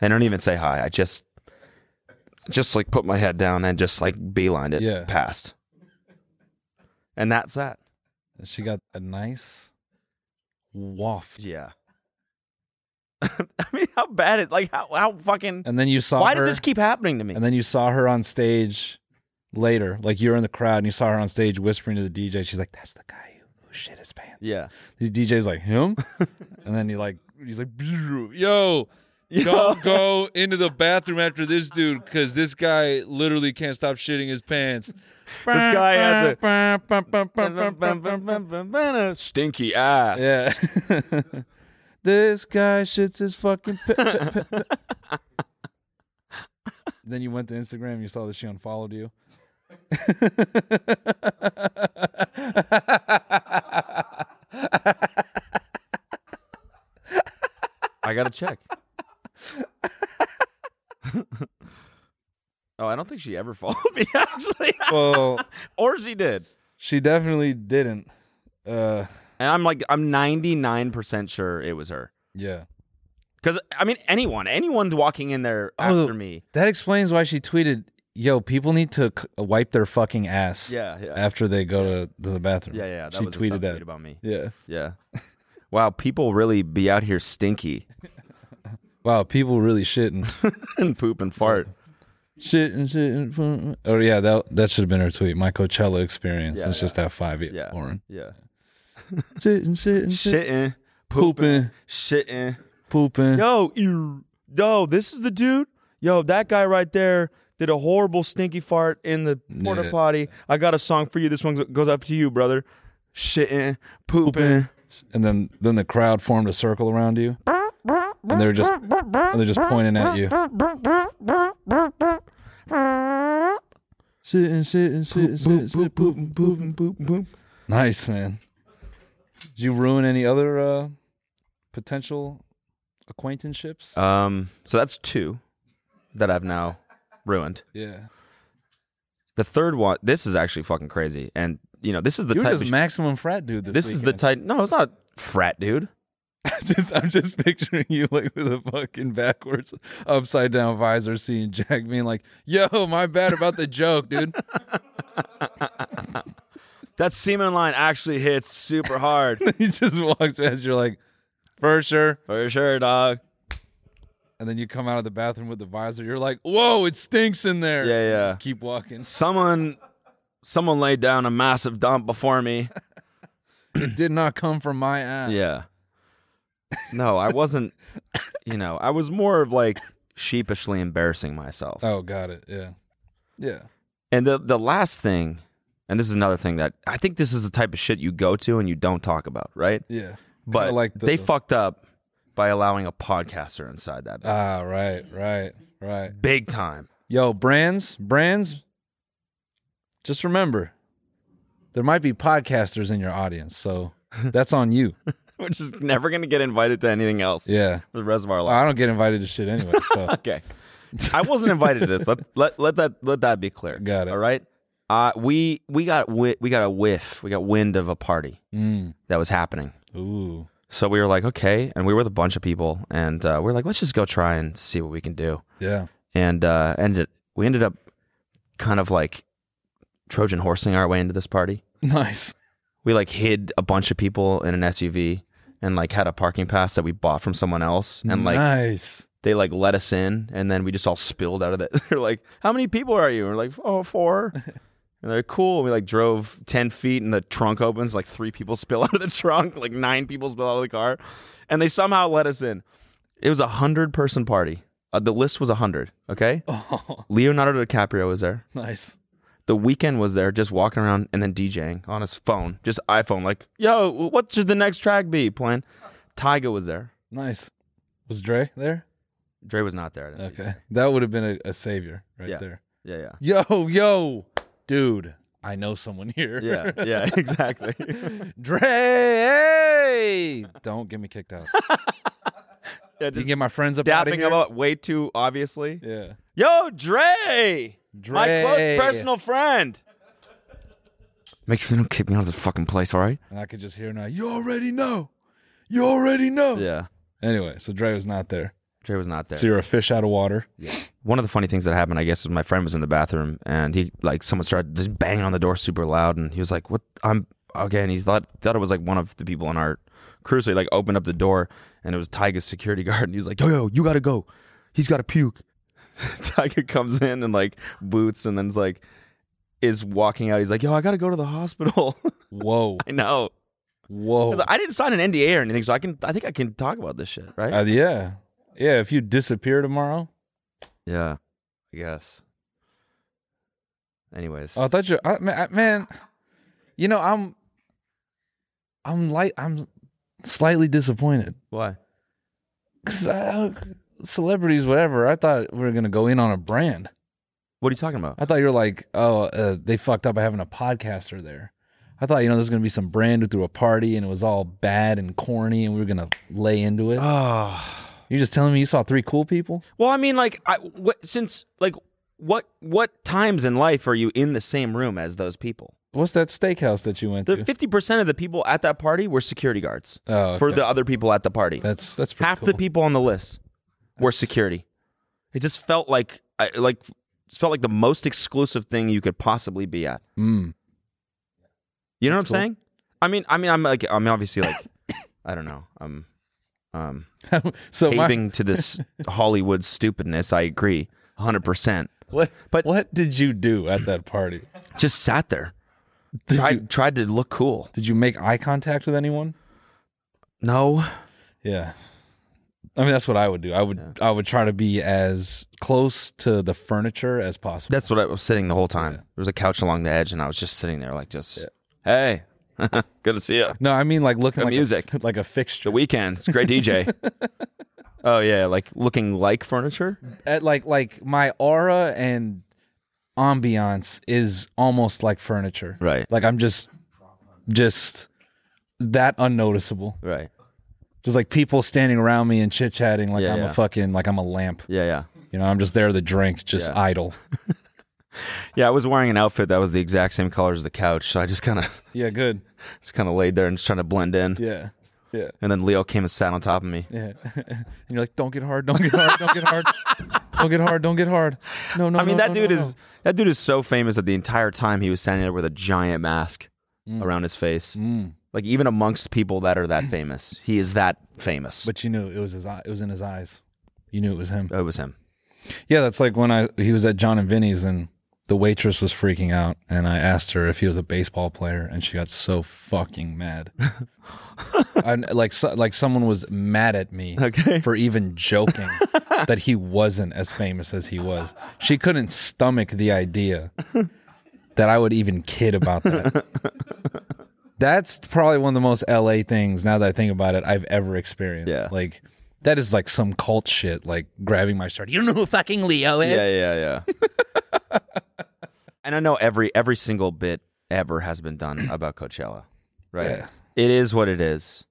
Speaker 3: I don't even say hi. I just, just like put my head down and just like beelined it
Speaker 2: Yeah.
Speaker 3: past. And that's that.
Speaker 2: She got a nice waft.
Speaker 3: Yeah. I mean, how bad it? Like, how how fucking?
Speaker 2: And then you saw
Speaker 3: Why
Speaker 2: her.
Speaker 3: does this keep happening to me?
Speaker 2: And then you saw her on stage later, like you were in the crowd and you saw her on stage whispering to the DJ. She's like, "That's the guy who, who shit his pants."
Speaker 3: yeah.
Speaker 2: The DJ's like, "Him?" and then he like, he's like, "Yo,
Speaker 11: Don't go into the bathroom after this dude because this guy literally can't stop shitting his pants. This
Speaker 12: guy has
Speaker 11: a
Speaker 12: Stinky ass.
Speaker 2: Yeah. this guy shits his fucking. Pe- pe- pe- pe- then you went to Instagram. You saw that she unfollowed you.
Speaker 3: I gotta check. oh, I don't think she ever followed me actually.
Speaker 2: Well,
Speaker 3: or she did.
Speaker 2: She definitely didn't. Uh,
Speaker 3: and I'm like, I'm 99 percent sure it was her.
Speaker 2: Yeah.
Speaker 3: Because I mean, anyone, anyone walking in there
Speaker 2: Oh,
Speaker 3: after me.
Speaker 2: That explains why she tweeted, "Yo, people need to c- wipe their fucking ass."
Speaker 3: Yeah, yeah.
Speaker 2: After they go to, to the bathroom.
Speaker 3: Yeah, yeah. That
Speaker 2: Uh, she
Speaker 3: was a
Speaker 2: tweeted
Speaker 3: subtweet
Speaker 2: that
Speaker 3: about me.
Speaker 2: Yeah.
Speaker 3: Yeah. wow, people really be out here stinky.
Speaker 2: wow, people really shitting
Speaker 3: and poop and fart.
Speaker 2: Shit and shit and fun. Oh yeah, that that should have been her tweet. My Coachella experience.
Speaker 3: Yeah,
Speaker 2: it's just that five yeah. Lauren.
Speaker 3: Yeah.
Speaker 2: Shitting, shitting,
Speaker 3: shitting,
Speaker 2: pooping,
Speaker 3: shitting,
Speaker 2: pooping.
Speaker 3: Yo, you, yo, this is the dude. Yo, that guy right there did a horrible stinky fart in the porta
Speaker 2: Yeah.
Speaker 3: potty. I got a song for you. This one goes up to you, brother. Shitting, pooping.
Speaker 2: And then then the crowd formed a circle around you. And they're just and they're just pointing at you. Sitting, sitting, sitting, sitting, sitting, pooping, pooping, pooping, pooping. Nice, man. Did you ruin any other uh, potential acquaintanceships?
Speaker 3: Um, so that's two that I've now ruined.
Speaker 2: Yeah.
Speaker 3: The third one, this is actually fucking crazy, and you know this is the
Speaker 2: you were
Speaker 3: type.
Speaker 2: just
Speaker 3: of sh-
Speaker 2: maximum frat dude. This,
Speaker 3: this is the
Speaker 2: weekend.
Speaker 3: type. No, it's not frat dude.
Speaker 2: just I'm just picturing you like with a fucking backwards, upside down visor, seeing Jack being like, "Yo, my bad about the joke, dude."
Speaker 3: that semen line actually hits super hard.
Speaker 2: he just walks past. You're like, "For sure,
Speaker 3: for sure, dog."
Speaker 2: And then you come out of the bathroom with the visor. You're like, "Whoa, it stinks in there."
Speaker 3: Yeah, yeah.
Speaker 2: Just keep walking.
Speaker 3: Someone, someone laid down a massive dump before me.
Speaker 2: it did not come from my ass.
Speaker 3: Yeah. No, I wasn't. You know, I was more of like sheepishly embarrassing myself.
Speaker 2: Oh, got it. Yeah. Yeah.
Speaker 3: And the the last thing, and this is another thing that I think this is the type of shit you go to and you don't talk about, right?
Speaker 2: Yeah.
Speaker 3: But
Speaker 2: Kinda
Speaker 3: like
Speaker 2: like the-
Speaker 3: they fucked up by allowing a podcaster inside that.
Speaker 2: Ah, right, right, right.
Speaker 3: Big time.
Speaker 2: Yo, brands, brands. Just remember, there might be podcasters in your audience, so that's on you.
Speaker 3: We're just never gonna get invited to anything else.
Speaker 2: Yeah. Uh,
Speaker 3: For the rest of our
Speaker 2: Well,
Speaker 3: life.
Speaker 2: I don't get invited to shit anyway. So
Speaker 3: okay. I wasn't invited to this. Let, let let that let that be clear. Got it. All right. Uh, we we got wi- we got a whiff. We got wind of a party
Speaker 2: Mm.
Speaker 3: that was happening.
Speaker 2: Ooh.
Speaker 3: So we were like, okay, and we were with a bunch of people, and uh, we are like, let's just go try and see what we can do.
Speaker 2: Yeah.
Speaker 3: And uh, ended we ended up kind of like Trojan horsing our way into this party.
Speaker 2: Nice.
Speaker 3: We like hid a bunch of people in an SUV and like had a parking pass that we bought from someone else, and like
Speaker 2: nice.
Speaker 3: they like let us in and then we just all spilled out of the they're like how many people are you and we're like oh four and they're like, cool and we like drove 10 feet and the trunk opens like three people spill out of the trunk like nine people spill out of the car and they somehow let us in it was a hundred person party uh, the list was a hundred okay
Speaker 2: Oh.
Speaker 3: leonardo dicaprio was there
Speaker 2: Nice.
Speaker 3: the weekend was there just walking around and then djing on his phone just iphone like yo what should the next track be playing tyga was there
Speaker 2: Nice. Was Dre there?
Speaker 3: Dre was not there. I didn't see
Speaker 2: Okay. That would have been a, a savior right
Speaker 3: Yeah.
Speaker 2: there.
Speaker 3: Yeah, yeah.
Speaker 2: Yo, yo, dude. I know someone here.
Speaker 3: Yeah, yeah, exactly.
Speaker 2: Dre, hey! don't get me kicked out.
Speaker 3: Yeah,
Speaker 2: you can get my friends up out of
Speaker 3: dapping
Speaker 2: here.
Speaker 3: him up way too obviously.
Speaker 2: Yeah.
Speaker 3: Yo, Dre, my
Speaker 2: Dre.
Speaker 3: close personal friend. Make sure they don't kick me out of the fucking place, all right?
Speaker 2: And I could just hear now, you already know. You already know.
Speaker 3: Yeah.
Speaker 2: Anyway, so Dre was not there.
Speaker 3: Dre was not there.
Speaker 2: So you're a fish out of water.
Speaker 3: Yeah. One of the funny things that happened, I guess, was my friend was in the bathroom and he like someone started just banging on the door super loud, and he was like, "What? I'm okay." And he thought thought it was like one of the people on our crew, so he like opened up the door, and it was Tyga's security guard, and he was like, "Yo, yo, you gotta go. He's gotta puke." Tyga comes in and like boots, and then's like is walking out. He's like, "Yo, I gotta go to the hospital."
Speaker 2: Whoa.
Speaker 3: I know.
Speaker 2: Whoa.
Speaker 3: Oh. I didn't sign an NDA or anything, so I can. I think I can talk about this shit, right?
Speaker 2: Uh, yeah. Yeah, if you disappear tomorrow.
Speaker 3: Yeah, I guess. Anyways,
Speaker 2: Oh, I thought you. I, man, I- man, you know I'm. I'm light. I'm slightly disappointed.
Speaker 3: Why?
Speaker 2: Cause I, celebrities, whatever. I thought we were gonna go in on a brand.
Speaker 3: What are you talking about?
Speaker 2: I thought you were like, oh, uh, they fucked up by having a podcaster there. I thought, you know, there's gonna be some brand who threw a party and it was all bad and corny, and we were gonna lay into it.
Speaker 3: Oh.
Speaker 2: You're just telling me you saw three cool people?
Speaker 3: Well, I mean, like, I what since like what what times in life are you in the same room as those people?
Speaker 2: What's that steakhouse that you went
Speaker 3: The
Speaker 2: to?
Speaker 3: fifty percent of the people at that party were security guards
Speaker 2: Oh,
Speaker 3: for
Speaker 2: okay.
Speaker 3: the other people at the party.
Speaker 2: That's that's
Speaker 3: half the people on the list were security. It just felt like I, like it felt like the most exclusive thing you could possibly be at.
Speaker 2: Mm.
Speaker 3: You know
Speaker 2: That's
Speaker 3: what
Speaker 2: cool.
Speaker 3: I'm saying? I mean, I mean, I'm like, I'm obviously like, I don't know, I'm, um,
Speaker 2: so my-
Speaker 3: caving to this Hollywood stupidness. I agree, hundred percent.
Speaker 2: What? But what did you do at that party?
Speaker 3: Just sat there. I tried to look cool.
Speaker 2: Did you make eye contact with anyone?
Speaker 3: No.
Speaker 2: Yeah. I mean, that's what I would do. I would I would try to be as close to the furniture as possible.
Speaker 3: That's what I was sitting the whole time. There was a couch along the edge, and I was just sitting there, like just, hey, good to see you.
Speaker 2: No, I mean like looking
Speaker 3: Good
Speaker 2: like
Speaker 3: music,
Speaker 2: a, like a fixture.
Speaker 3: The weekend, it's a great DJ. oh yeah, like looking like furniture.
Speaker 2: at like like my aura and ambiance is almost like furniture.
Speaker 3: Right.
Speaker 2: Like I'm just just that unnoticeable.
Speaker 3: Right.
Speaker 2: Just like people standing around me and chit chatting like
Speaker 3: Yeah,
Speaker 2: I'm
Speaker 3: yeah.
Speaker 2: a fucking like I'm a lamp.
Speaker 3: Yeah, yeah.
Speaker 2: You know, I'm just there to drink, just
Speaker 3: Yeah.
Speaker 2: idle.
Speaker 3: Yeah, I was wearing an outfit that was the exact same color as the couch, so I just kind of
Speaker 2: Yeah, good.
Speaker 3: just kind of laid there and just trying to blend in.
Speaker 2: Yeah. Yeah.
Speaker 3: And then Leo came and sat on top of me.
Speaker 2: Yeah. and you're like, don't get hard, don't get hard, don't get hard. Don't get hard, don't get hard. No, no.
Speaker 3: I mean,
Speaker 2: no,
Speaker 3: that
Speaker 2: no,
Speaker 3: dude
Speaker 2: no,
Speaker 3: is
Speaker 2: no.
Speaker 3: that dude is so famous that the entire time he was standing there with a giant mask
Speaker 2: Mm.
Speaker 3: around his face.
Speaker 2: Mm.
Speaker 3: Like even amongst people that are that famous, he is that famous.
Speaker 2: But you knew it was his eye it was in his eyes. You knew it was him.
Speaker 3: It was him.
Speaker 2: Yeah, that's like when I he was at John and Vinny's and the waitress was freaking out and I asked her if he was a baseball player and she got so fucking mad. I, like so, like someone was mad at me for even joking that he wasn't as famous as he was. She couldn't stomach the idea that I would even kid about that. That's probably one of the most LA things now that I think about it I've ever experienced.
Speaker 3: Yeah.
Speaker 2: Like that is like some cult shit like grabbing my shirt. You don't know who fucking Leo is?
Speaker 3: Yeah, yeah, yeah. and I know every every single bit ever has been done about Coachella, right?
Speaker 2: Yeah.
Speaker 3: It is what it is,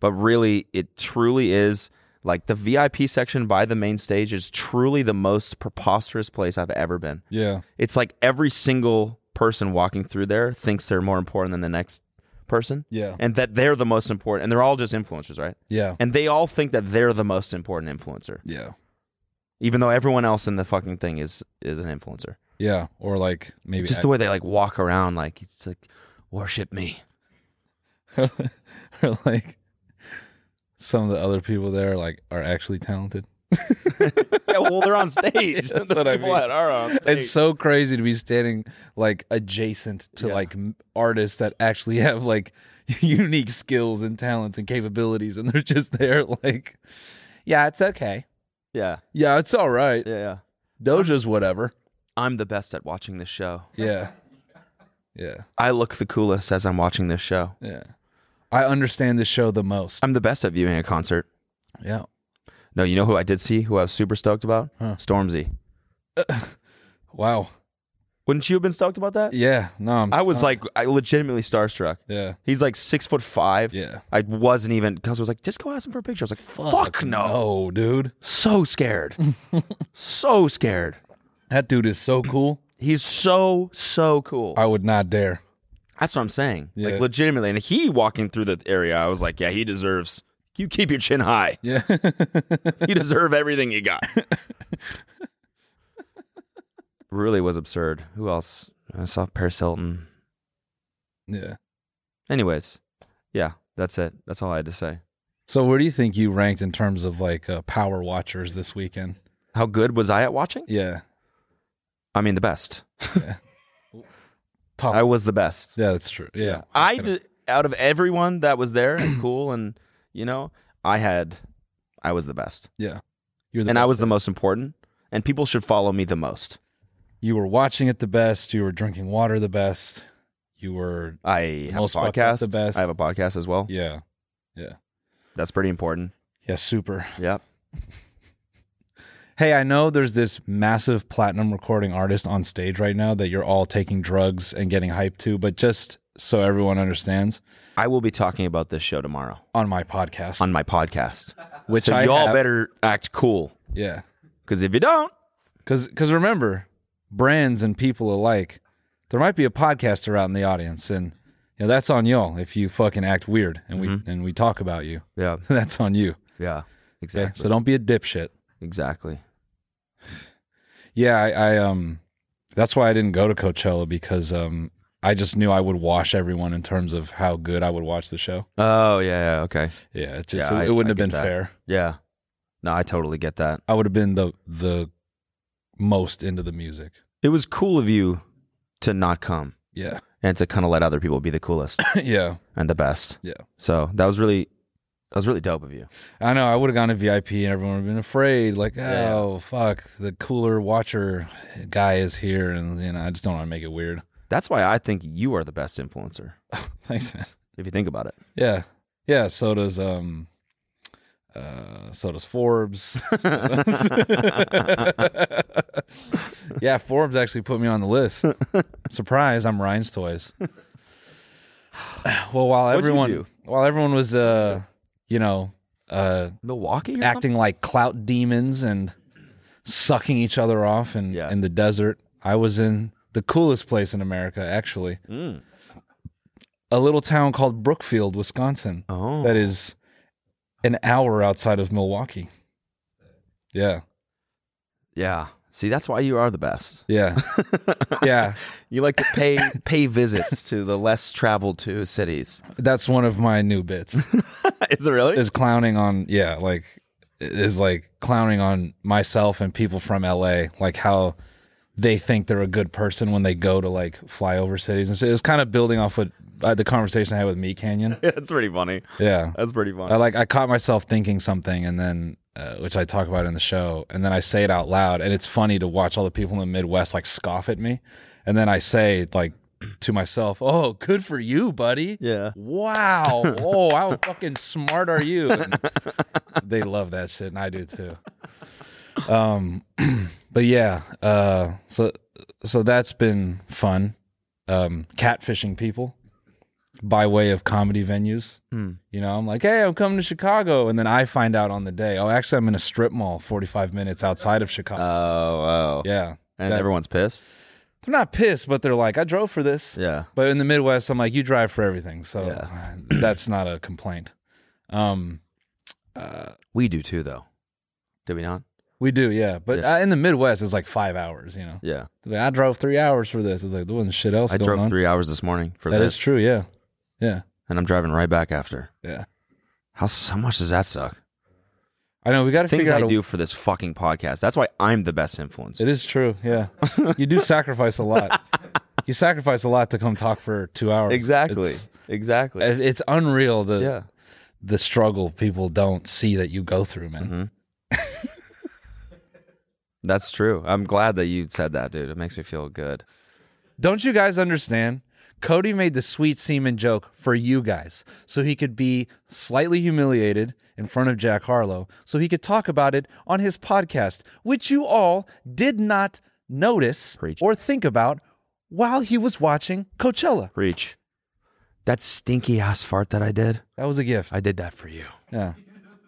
Speaker 3: but really, it truly is like the VIP section by the main stage is truly the most preposterous place I've ever been.
Speaker 2: Yeah.
Speaker 3: It's like every single person walking through there thinks they're more important than the next person.
Speaker 2: Yeah.
Speaker 3: And that they're the most important. And they're all just influencers, right?
Speaker 2: Yeah.
Speaker 3: And they all think that they're the most important influencer.
Speaker 2: Yeah.
Speaker 3: Even though everyone else in the fucking thing is is an influencer.
Speaker 2: Yeah, or like maybe
Speaker 3: just the way they like walk around like it's like worship me.
Speaker 2: or like some of the other people there like are actually talented.
Speaker 3: yeah, well they're on stage.
Speaker 2: That's what I mean. It's so crazy to be standing like adjacent to like m- artists that actually have like unique skills and talents and capabilities, and they're just there like, yeah, it's okay.
Speaker 3: Yeah.
Speaker 2: Yeah, it's all right.
Speaker 3: Yeah, yeah.
Speaker 2: Doja's whatever.
Speaker 3: I'm the best at watching this show.
Speaker 2: Yeah. Yeah.
Speaker 3: I look the coolest as I'm watching this show.
Speaker 2: Yeah. I understand this show the most.
Speaker 3: I'm the best at viewing a concert.
Speaker 2: Yeah.
Speaker 3: No, you know who I did see, who I was super stoked about?
Speaker 2: Huh.
Speaker 3: Stormzy.
Speaker 2: Wow.
Speaker 3: Wouldn't you have been stoked about that?
Speaker 2: Yeah. No, I'm
Speaker 3: I was
Speaker 2: stunned.
Speaker 3: like, I legitimately starstruck.
Speaker 2: Yeah.
Speaker 3: He's like six foot five.
Speaker 2: Yeah.
Speaker 3: I wasn't even because I was like, just go ask him for a picture. I was like, fuck, no.
Speaker 2: no, dude.
Speaker 3: So scared. so scared.
Speaker 2: That dude is so cool.
Speaker 3: He's so, so cool.
Speaker 2: I would not dare.
Speaker 3: That's what I'm saying.
Speaker 2: Yeah.
Speaker 3: Like legitimately. And he walking through the area, I was like, yeah, he deserves you keep your chin high.
Speaker 2: Yeah.
Speaker 3: You deserve everything you got. really was absurd. Who else? I saw Paris Hilton.
Speaker 2: yeah.
Speaker 3: Anyways, yeah, that's it. That's all I had to say.
Speaker 2: So where do you think you ranked in terms of like uh, power watchers this weekend?
Speaker 3: How good was I at watching?
Speaker 2: Yeah.
Speaker 3: I mean, the best.
Speaker 2: Top.
Speaker 3: I was the best.
Speaker 2: Oh. yeah, that's true. Yeah.
Speaker 3: I did, out of everyone that was there and cool and you know, I had I was the best.
Speaker 2: Yeah. You're the
Speaker 3: and I
Speaker 2: best
Speaker 3: was
Speaker 2: at
Speaker 3: the most important, and people should follow me the most.
Speaker 2: You were watching it the best. You were drinking water the best. You were
Speaker 3: I have a
Speaker 2: most fucked up
Speaker 3: podcast.
Speaker 2: the best.
Speaker 3: I have a podcast as well.
Speaker 2: Yeah, yeah,
Speaker 3: that's pretty important.
Speaker 2: Yeah, super.
Speaker 3: Yep.
Speaker 2: Hey, I know there's this massive platinum recording artist on stage right now that you're all taking drugs and getting hyped to, but just so everyone understands,
Speaker 3: I will be talking about this show tomorrow
Speaker 2: on my podcast.
Speaker 3: on my podcast.
Speaker 2: Which
Speaker 3: so
Speaker 2: I
Speaker 3: y'all
Speaker 2: have-
Speaker 3: better act cool.
Speaker 2: Yeah.
Speaker 3: Because if you don't,
Speaker 2: because remember, brands and people alike, there might be a podcaster out in the audience, and you know that's on y'all if you fucking act weird and
Speaker 3: Mm-hmm.
Speaker 2: we and we talk about you.
Speaker 3: Yeah,
Speaker 2: that's on you.
Speaker 3: Yeah, exactly.
Speaker 2: So don't be a dipshit.
Speaker 3: Exactly.
Speaker 2: Yeah, I, I um, that's why I didn't go to Coachella because um, I just knew I would wash everyone in terms of how good I would watch the show.
Speaker 3: Oh yeah, yeah, okay.
Speaker 2: Yeah, it's just- it wouldn't have
Speaker 3: get
Speaker 2: been
Speaker 3: that.
Speaker 2: fair.
Speaker 3: Yeah. No, I totally get that.
Speaker 2: I would have been the the most into the music.
Speaker 3: It was cool of you to not come.
Speaker 2: Yeah.
Speaker 3: And to kind of let other people be the coolest.
Speaker 2: Yeah.
Speaker 3: And the best.
Speaker 2: Yeah.
Speaker 3: So that was really that was really dope of you.
Speaker 2: I know I would have gone to VIP and everyone would have been afraid, like, oh
Speaker 3: Yeah.
Speaker 2: fuck, the cooler watcher guy is here, and you know I just don't want to make it weird.
Speaker 3: That's why I think you are the best influencer.
Speaker 2: Thanks, man.
Speaker 3: If you think about it.
Speaker 2: Yeah, yeah. So does um, uh, so does Forbes. So does- yeah, Forbes actually put me on the list. Surprise! I'm Ryan's Toys. Well, while
Speaker 3: What'd you
Speaker 2: everyone
Speaker 3: do?
Speaker 2: while everyone was uh, you know, uh,
Speaker 3: Milwaukee or
Speaker 2: acting like clout demons and sucking each other off and in the desert, I was in the coolest place in America, actually
Speaker 3: Mm.
Speaker 2: a little town called Brookfield, Wisconsin.
Speaker 3: Oh.
Speaker 2: That is an hour outside of Milwaukee. Yeah.
Speaker 3: Yeah. See, that's why you are the best.
Speaker 2: Yeah. yeah.
Speaker 3: You like to pay pay visits to the less traveled to cities.
Speaker 2: That's one of my new bits.
Speaker 3: is it really?
Speaker 2: Is clowning on yeah, like is like clowning on myself and people from LA, like how they think they're a good person when they go to like flyover cities and so it's kind of building off what uh, the conversation I had with me Canyon.
Speaker 3: that's pretty funny.
Speaker 2: Yeah.
Speaker 3: That's pretty funny.
Speaker 2: I like I caught myself thinking something and then uh, which I talk about in the show and then I say it out loud and it's funny to watch all the people in the Midwest like scoff at me and then I say like to myself, "Oh, good for you, buddy."
Speaker 3: Yeah.
Speaker 2: Wow. Oh, how fucking smart are you? And they love that shit and I do too. Um but yeah, uh so so that's been fun. Um catfishing people by way of comedy venues.
Speaker 3: Hmm.
Speaker 2: You know, I'm like, hey, I'm coming to Chicago. And then I find out on the day, oh, actually, I'm in a strip mall 45 minutes outside of Chicago.
Speaker 3: Oh, wow.
Speaker 2: Yeah.
Speaker 3: And
Speaker 2: That-
Speaker 3: everyone's pissed.
Speaker 2: They're not pissed, but they're like, I drove for this.
Speaker 3: Yeah.
Speaker 2: But in the Midwest, I'm like, you drive for everything. So uh, that's not a complaint. Um, uh,
Speaker 3: we do too, though. Do we not?
Speaker 2: We do, yeah. But
Speaker 3: Yeah.
Speaker 2: Uh, in the Midwest, it's like five hours, you know?
Speaker 3: Yeah.
Speaker 2: They're like, I drove three hours for this. It's like, there wasn't shit else
Speaker 3: I
Speaker 2: going
Speaker 3: drove
Speaker 2: on.
Speaker 3: three hours this morning for
Speaker 2: That
Speaker 3: this.
Speaker 2: is true, yeah. Yeah.
Speaker 3: And I'm driving right back after.
Speaker 2: Yeah.
Speaker 3: How, s- how much does that suck?
Speaker 2: I know. We got to
Speaker 3: Things
Speaker 2: figure
Speaker 3: I
Speaker 2: out a-
Speaker 3: do for this fucking podcast. That's why I'm the best influencer.
Speaker 2: It is true. Yeah. You do sacrifice a lot. You sacrifice a lot to come talk for two hours.
Speaker 3: Exactly.
Speaker 2: It's,
Speaker 3: exactly.
Speaker 2: it- it's unreal the
Speaker 3: Yeah.
Speaker 2: the struggle people don't see that you go through, man.
Speaker 3: That's true. I'm glad that you said that, dude. It makes me feel good.
Speaker 2: Don't you guys understand? Cody made the sweet semen joke for you guys so he could be slightly humiliated in front of Jack Harlow so he could talk about it on his podcast, which you all did not notice or think about while he was watching Coachella.
Speaker 3: Preach. That stinky ass fart that I did.
Speaker 2: That was a gift.
Speaker 3: I did that for you.
Speaker 2: Yeah.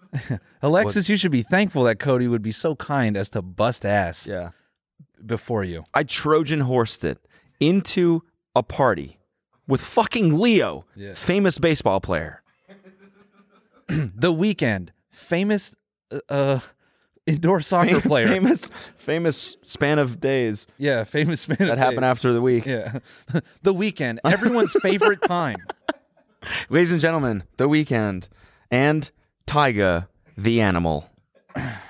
Speaker 2: Alexis, you should be thankful that Cody would be so kind as to bust ass
Speaker 3: yeah.
Speaker 2: before you.
Speaker 3: I Trojan horsed it into a party with fucking Leo,
Speaker 2: Yeah.
Speaker 3: famous baseball player.
Speaker 2: the weekend, famous uh, uh indoor soccer player.
Speaker 3: Famous, famous span of days.
Speaker 2: Yeah, famous man.
Speaker 3: That happened after the week.
Speaker 2: Yeah. the weekend, everyone's favorite time.
Speaker 3: Ladies and gentlemen, The Weekend and Tyga the Animal.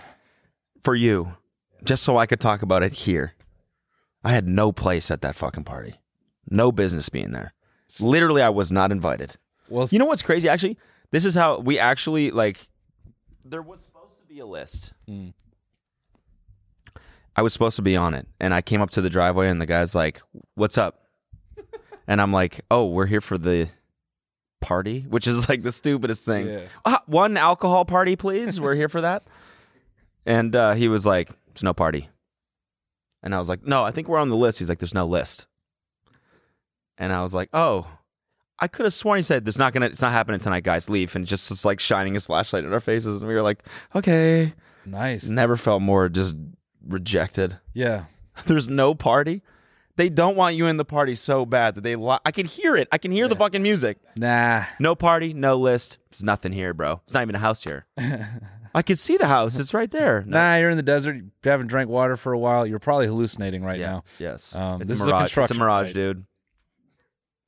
Speaker 3: For you, just so I could talk about it here. I had no place at that fucking party. No business being there. Literally, I was not invited.
Speaker 2: Well,
Speaker 3: you know what's crazy? Actually, this is how we actually like. There was supposed to be a list. I was supposed to be on it, and I came up to the driveway, and the guy's like, "What's up?" and I'm like, "Oh, we're here for the party," which is like the stupidest thing.
Speaker 4: Yeah.
Speaker 3: "Ah, one alcohol party, please. We're here for that. And uh, he was like, "It's no party." And I was like, "No, I think we're on the list." He's like, "There's no list." And I was like, "Oh." I could have sworn he said there's not gonna it's not happening tonight, guys. Leave and just, just like shining his flashlight in our faces, and we were like, okay,
Speaker 2: nice.
Speaker 3: Never felt more just rejected.
Speaker 2: Yeah.
Speaker 3: There's no party. They don't want you in the party so bad that they. Li- I can hear it. I can hear the fucking music.
Speaker 2: Nah.
Speaker 3: No party. No list. There's nothing here, bro. It's not even a house here. I could see the house. It's right there. No.
Speaker 2: Nah, you're in the desert. You haven't drank water for a while. You're probably hallucinating right now.
Speaker 3: Yes.
Speaker 2: Um,
Speaker 3: It's a
Speaker 2: this
Speaker 3: mirage. It's
Speaker 2: is
Speaker 3: a
Speaker 2: a construction
Speaker 3: mirage,
Speaker 2: site.
Speaker 3: dude.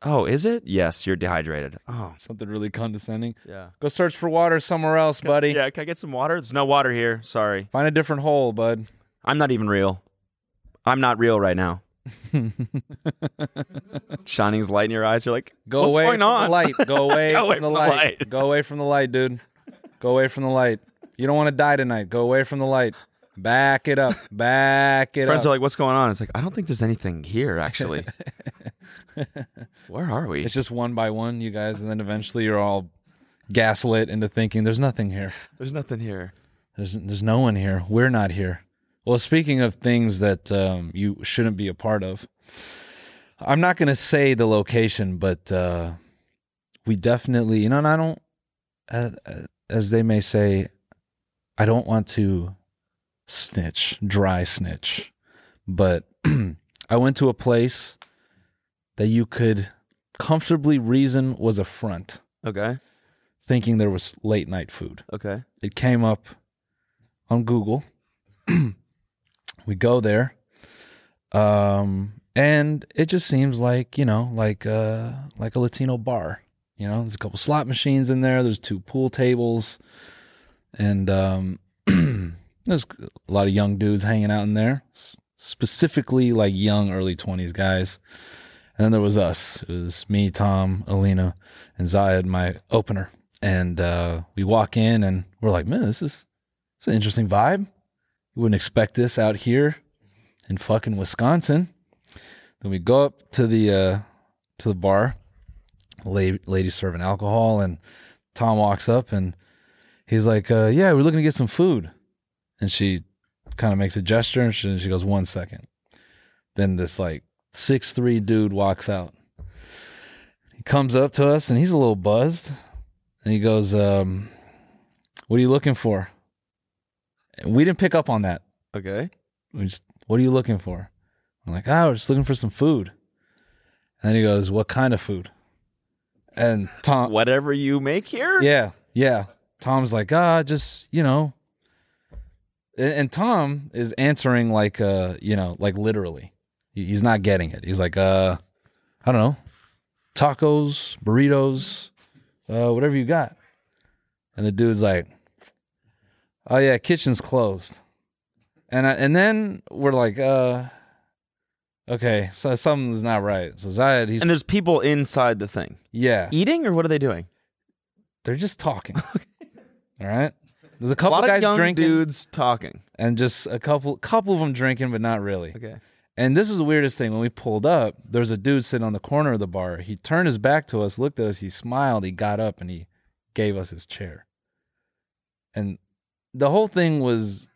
Speaker 3: Oh, is it? Yes, you're dehydrated. Oh,
Speaker 2: something really condescending.
Speaker 3: Yeah.
Speaker 2: Go search for water somewhere else, buddy.
Speaker 3: Yeah, can I get some water? There's no water here. Sorry.
Speaker 2: Find a different hole, bud.
Speaker 3: I'm not even real. I'm not real right now. Shining his light in your eyes. You're like,
Speaker 2: Go
Speaker 3: What's
Speaker 2: away
Speaker 3: going
Speaker 2: from
Speaker 3: on?
Speaker 2: the light. Go away,
Speaker 3: Go away
Speaker 2: from, the,
Speaker 3: from the
Speaker 2: light.
Speaker 3: light.
Speaker 2: Go away from the light, dude. Go away from the light. You don't want to die tonight. Go away from the light. Back it up. Back it
Speaker 3: Friends
Speaker 2: up.
Speaker 3: are like, what's going on? It's like, I don't think there's anything here, actually. Where are we?
Speaker 2: It's just one by one, you guys, and then eventually you're all gaslit into thinking there's nothing here.
Speaker 3: there's nothing here.
Speaker 2: There's there's no one here. We're not here. Well, speaking of things that um, you shouldn't be a part of, I'm not going to say the location, but uh, we definitely, you know, and I don't, uh, uh, as they may say, I don't want to snitch, dry snitch, but I went to a place that you could comfortably reason was a front.
Speaker 3: Okay.
Speaker 2: Thinking there was late night food.
Speaker 3: Okay.
Speaker 2: It came up on Google. we go there. Um and it just seems like, you know, like uh like a Latino bar. You know, there's a couple slot machines in there, there's two pool tables and um there's a lot of young dudes hanging out in there, s- specifically like young early 20s guys. And then there was us. It was me, Tom, Alina, and Zayed, my opener. And uh, we walk in and we're like, man, this is it's an interesting vibe. You wouldn't expect this out here in fucking Wisconsin. Then we go up to the uh, to the bar, lady, lady serving alcohol, and Tom walks up and he's like, uh, "Yeah, we're looking to get some food," and she kind of makes a gesture and she, she goes, "One second. Then this like six three dude walks out. He comes up to us and he's a little buzzed, and he goes, um, "What are you looking for?" And we didn't pick up on that.
Speaker 3: Okay.
Speaker 2: We just, "What are you looking for?" I'm like, "Ah, we're just looking for some food." And then he goes, "What kind of food?" And Tom,
Speaker 3: Whatever you make here?
Speaker 2: Uh, yeah, yeah. Tom's like, ah, just you know. And, and Tom is answering like, uh, you know, like literally, He- he's not getting it. He's like, uh, I don't know, tacos, burritos, uh, whatever you got. And the dude's like, oh yeah, kitchen's closed. And I, and then we're like, uh, okay, so something's not right. So Zayed, he's
Speaker 3: And there's people inside the thing.
Speaker 2: yeah,
Speaker 3: Eating or what are they doing?
Speaker 2: they're just talking. All right. There's a couple
Speaker 3: lot of
Speaker 2: guys
Speaker 3: young
Speaker 2: drinking,
Speaker 3: dudes talking,
Speaker 2: and just a couple couple of them drinking, but not really.
Speaker 3: Okay.
Speaker 2: And this is the weirdest thing. When we pulled up, there was a dude sitting on the corner of the bar. He turned his back to us, looked at us, he smiled, he got up, and he gave us his chair. And the whole thing was,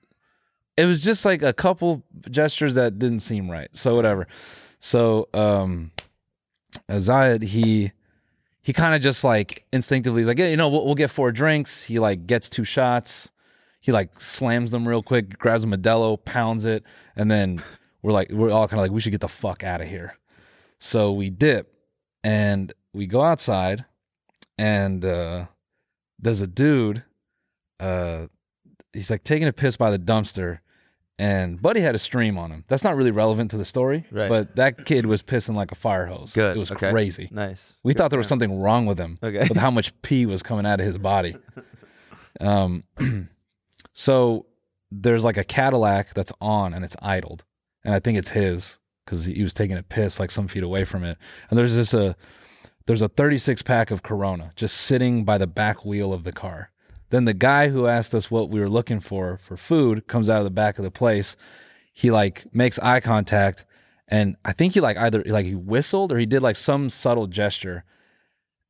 Speaker 2: it was just like a couple gestures that didn't seem right. So whatever. So um, Zayed, he he kind of just like instinctively he's like, yeah, you know, we'll, we'll get four drinks. He like gets two shots. He like slams them real quick, grabs a Modelo, pounds it, and then we're like, we're all kind of like, we should get the fuck out of here. So we dip and we go outside, and uh, there's a dude. Uh, he's like taking a piss by the dumpster, and Buddy had a stream on him. That's not really relevant to the story,
Speaker 3: Right.
Speaker 2: but that kid was pissing like a fire hose.
Speaker 3: Good.
Speaker 2: It was
Speaker 3: Okay.
Speaker 2: crazy.
Speaker 3: Nice.
Speaker 2: We
Speaker 3: Good
Speaker 2: thought there
Speaker 3: for
Speaker 2: was
Speaker 3: him.
Speaker 2: something wrong with him.
Speaker 3: Okay.
Speaker 2: With how much pee was coming out of his body. Um, so there's like a Cadillac that's on and it's idled, and I think it's his because he was taking a piss like some feet away from it. And there's just a there's a 36 pack of Corona just sitting by the back wheel of the car. Then the guy who asked us what we were looking for for food comes out of the back of the place. he like makes eye contact and I think he like either like he whistled or he did like some subtle gesture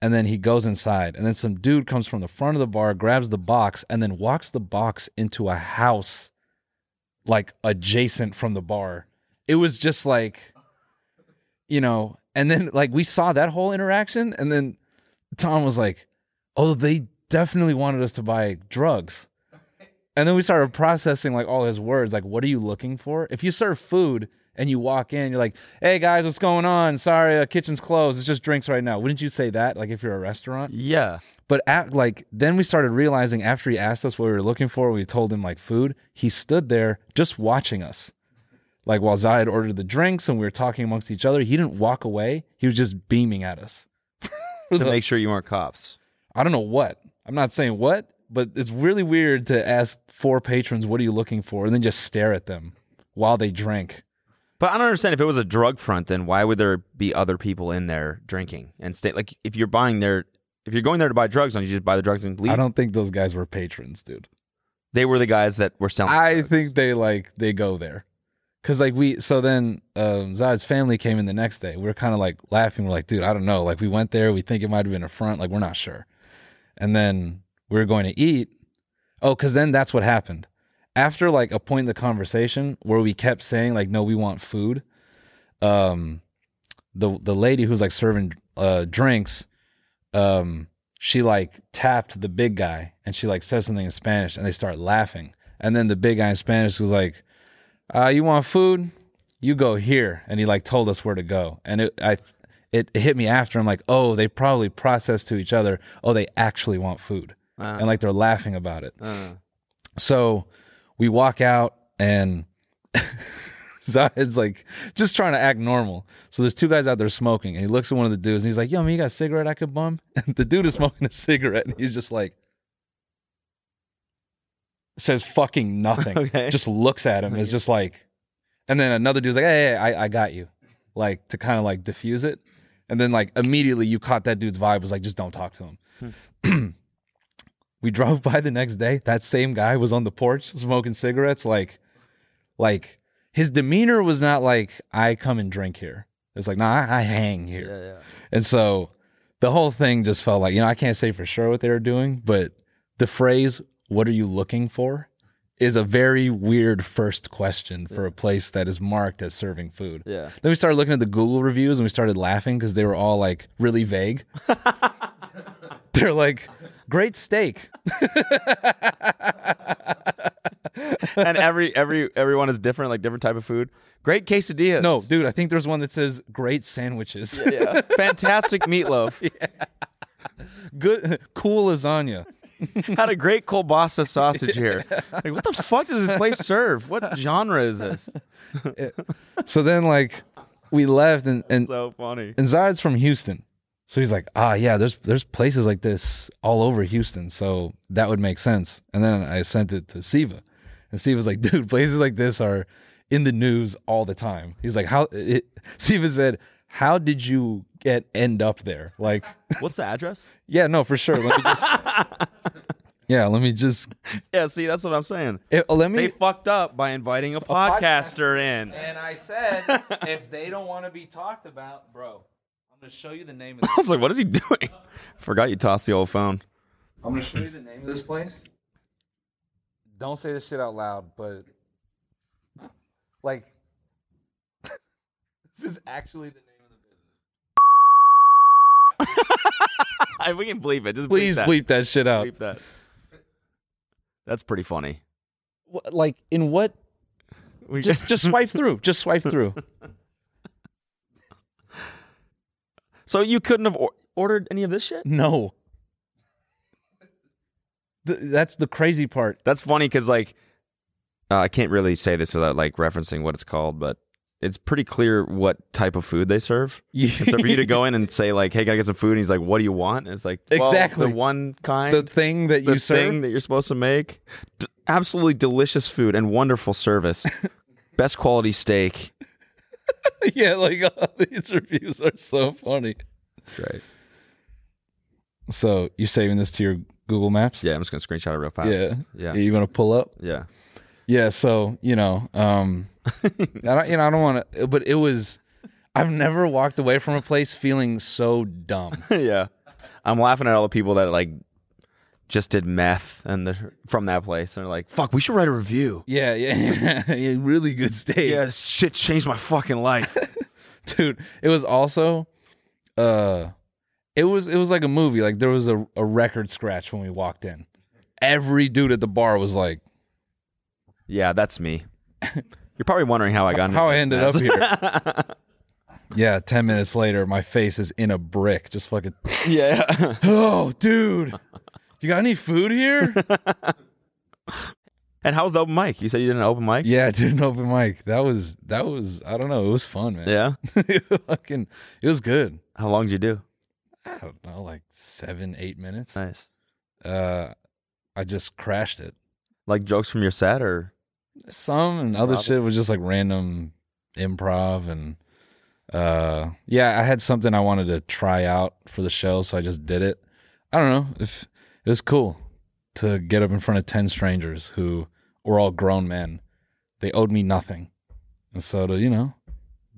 Speaker 2: and then he goes inside and then some dude comes from the front of the bar grabs the box and then walks the box into a house like adjacent from the bar it was just like you know and then like we saw that whole interaction and then tom was like oh they definitely wanted us to buy drugs and then we started processing like all his words like what are you looking for if you serve food and you walk in you're like hey guys what's going on sorry uh, kitchen's closed it's just drinks right now wouldn't you say that like if you're a restaurant
Speaker 3: yeah
Speaker 2: but at like then we started realizing after he asked us what we were looking for we told him like food he stood there just watching us like while Zai had ordered the drinks and we were talking amongst each other, he didn't walk away. He was just beaming at us.
Speaker 3: to make sure you weren't cops.
Speaker 2: I don't know what. I'm not saying what, but it's really weird to ask four patrons, what are you looking for? And then just stare at them while they drink.
Speaker 3: But I don't understand if it was a drug front, then why would there be other people in there drinking and stay? Like, if you're buying their, if you're going there to buy drugs, don't you just buy the drugs and leave?
Speaker 2: I don't think those guys were patrons, dude.
Speaker 3: They were the guys that were selling.
Speaker 2: I think they like they go there. Cause like we so then um Zai's family came in the next day. We were kind of like laughing. We're like, dude, I don't know. Like we went there, we think it might have been a front, like we're not sure. And then we were going to eat. Oh, cause then that's what happened. After like a point in the conversation where we kept saying, like, no, we want food, um the the lady who's like serving uh drinks, um, she like tapped the big guy and she like says something in Spanish and they start laughing. And then the big guy in Spanish was like uh, you want food? You go here. And he like told us where to go. And it, I, it, it hit me after. I'm like, oh, they probably process to each other. Oh, they actually want food.
Speaker 3: Ah.
Speaker 2: And like they're laughing about it.
Speaker 3: Ah.
Speaker 2: So we walk out and Zahid's like just trying to act normal. So there's two guys out there smoking. And he looks at one of the dudes and he's like, yo, man, you got a cigarette I could bum? And the dude is smoking a cigarette and he's just like, says fucking nothing.
Speaker 3: Okay.
Speaker 2: Just looks at him. Is just like, and then another dude's like, "Hey, hey, I, I got you," like to kind of like diffuse it, and then like immediately you caught that dude's vibe was like, just don't talk to him.
Speaker 3: Hmm.
Speaker 2: we drove by the next day. That same guy was on the porch smoking cigarettes. Like, like his demeanor was not like, "I come and drink here." It's like, "Nah, I, I hang here." And so the whole thing just felt like, you know, I can't say for sure what they were doing, but the phrase, what are you looking for? Is a very weird first question for a place that is marked as serving food.
Speaker 3: Yeah.
Speaker 2: Then we started looking at the Google reviews and we started laughing because they were all like really vague. They're like, great steak.
Speaker 3: and every every everyone is different, like different type of food. Great quesadillas.
Speaker 2: No, dude, I think there's one that says great sandwiches.
Speaker 3: yeah. Fantastic meatloaf.
Speaker 2: Good, cool lasagna.
Speaker 3: Had a great kielbasa sausage here. Like, what the fuck does this place serve? What genre is this?
Speaker 2: so then like we left and and
Speaker 3: so funny.
Speaker 2: And Zayed's from Houston, so he's like, ah, yeah, there's there's places like this all over Houston, so that would make sense. And then I sent it to Siva, and Siva's like, dude, places like this are in the news all the time. He's like, how? It, Siva said, how did you get end up there? Like,
Speaker 3: What's the address?
Speaker 2: yeah, no, for sure. Let me just. Yeah, let me just.
Speaker 3: Yeah, see, that's what I'm saying.
Speaker 2: eh, let me.
Speaker 3: They fucked up by inviting a, podcaster in.
Speaker 2: And I said, if they don't want to be talked about, bro, I'm going to show you the name of
Speaker 3: I was like, what is he doing? Forgot you tossed the old phone.
Speaker 2: I'm going to show you the name of this place. Don't say this shit out loud, but like, this is actually the name of the business.
Speaker 3: we can bleep it. Just bleep
Speaker 2: Please
Speaker 3: that.
Speaker 2: bleep that shit out.
Speaker 3: Bleep that. That's pretty funny.
Speaker 2: Wh- Like, in what?
Speaker 3: We
Speaker 2: Just, just swipe through. Just swipe through.
Speaker 3: So you couldn't have or- ordered any of this shit?
Speaker 2: No. Th- that's the crazy part.
Speaker 3: That's funny because like uh, I can't really say this without like referencing what it's called, but it's pretty clear what type of food they serve.
Speaker 2: Yeah.
Speaker 3: And so for you to go in and say like, "Hey, can I get some food?" and he's like, "What do you want?" And it's like well,
Speaker 2: Exactly.
Speaker 3: the one kind,
Speaker 2: The thing that
Speaker 3: the
Speaker 2: you
Speaker 3: thing
Speaker 2: serve.
Speaker 3: that you're supposed to make. D- absolutely delicious food and wonderful service. Best quality steak.
Speaker 2: yeah, like all these reviews are so funny.
Speaker 3: Right.
Speaker 2: So you're saving this to your Google Maps?
Speaker 3: Yeah, I'm just gonna screenshot it real fast.
Speaker 2: Yeah.
Speaker 3: yeah,
Speaker 2: You gonna pull up?
Speaker 3: yeah.
Speaker 2: Yeah. So you know, um, I don't, you know, I don't want to, but it was. I've never walked away from a place feeling so dumb.
Speaker 3: yeah, I'm laughing at all the people that like just did meth and they're from that place and they're like, "Fuck, we should write a review."
Speaker 2: Yeah, yeah, yeah really good state.
Speaker 3: Yeah, this shit changed my fucking life,
Speaker 2: dude. It was also, uh, it was it was like a movie. Like there was a, a record scratch when we walked in. Every dude at the bar was like,
Speaker 3: "Yeah, that's me." You're probably wondering how I got into
Speaker 2: how I
Speaker 3: this
Speaker 2: ended
Speaker 3: mess.
Speaker 2: up here. yeah, ten minutes later, my face is in a brick, just fucking.
Speaker 3: yeah.
Speaker 2: oh, dude, you got any food here?
Speaker 3: and how was the open mic? You said you did an open mic.
Speaker 2: Yeah, I did an open mic. That was that was I don't know. It was fun, man.
Speaker 3: Yeah.
Speaker 2: fucking, it was good.
Speaker 3: How long did you do?
Speaker 2: I don't know, like seven, eight minutes.
Speaker 3: Nice.
Speaker 2: Uh, I just crashed it.
Speaker 3: Like jokes from your set or
Speaker 2: Some and other
Speaker 3: Probably.
Speaker 2: shit was just like random improv and uh, yeah, I had something I wanted to try out for the show, so I just did it. I don't know if it was cool to get up in front of ten strangers who were all grown men. They owed me nothing, and so to you know,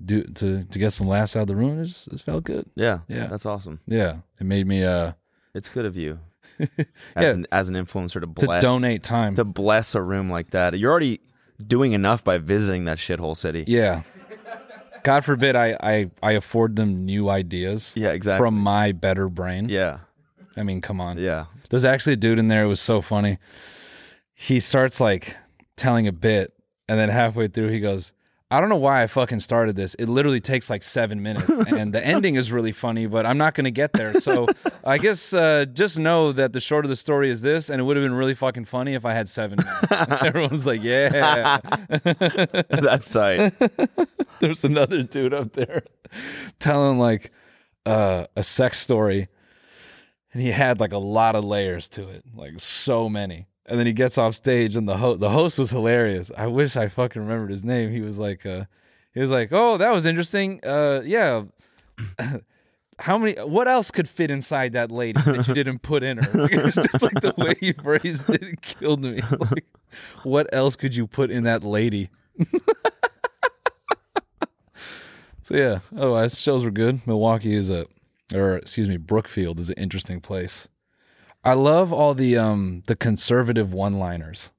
Speaker 2: do to to get some laughs out of the room, it, just, it felt good.
Speaker 3: Yeah,
Speaker 2: yeah,
Speaker 3: that's awesome.
Speaker 2: Yeah, it made me uh
Speaker 3: It's good of you. As,
Speaker 2: Yeah.
Speaker 3: an, as an influencer to
Speaker 2: To
Speaker 3: bless
Speaker 2: donate time.
Speaker 3: to bless a room like that. You're already doing enough by visiting that shithole city.
Speaker 2: Yeah. God forbid I, I, I afford them new ideas.
Speaker 3: Yeah, exactly.
Speaker 2: From my better brain.
Speaker 3: Yeah.
Speaker 2: I mean, come on.
Speaker 3: Yeah.
Speaker 2: There's actually a dude in there. It was so funny. He starts like telling a bit, and then halfway through, he goes, I don't know why I fucking started this. It literally takes like seven minutes, and the ending is really funny, but I'm not going to get there. So I guess uh, just know that the short of the story is this, and it would have been really fucking funny if I had seven minutes. Everyone's like, yeah.
Speaker 3: That's tight.
Speaker 2: There's another dude up there telling like uh, a sex story, and he had like a lot of layers to it, like so many. And then he gets off stage, and the host the host was hilarious. I wish I fucking remembered his name. He was like, uh, he was like, oh, that was interesting. Uh, yeah. How many? What else could fit inside that lady that you didn't put in her? Like, it was just like the way he phrased it, it killed me. Like, what else could you put in that lady? So yeah, otherwise shows were good. Milwaukee is a, or excuse me, Brookfield is an interesting place. I love all the um the conservative one-liners,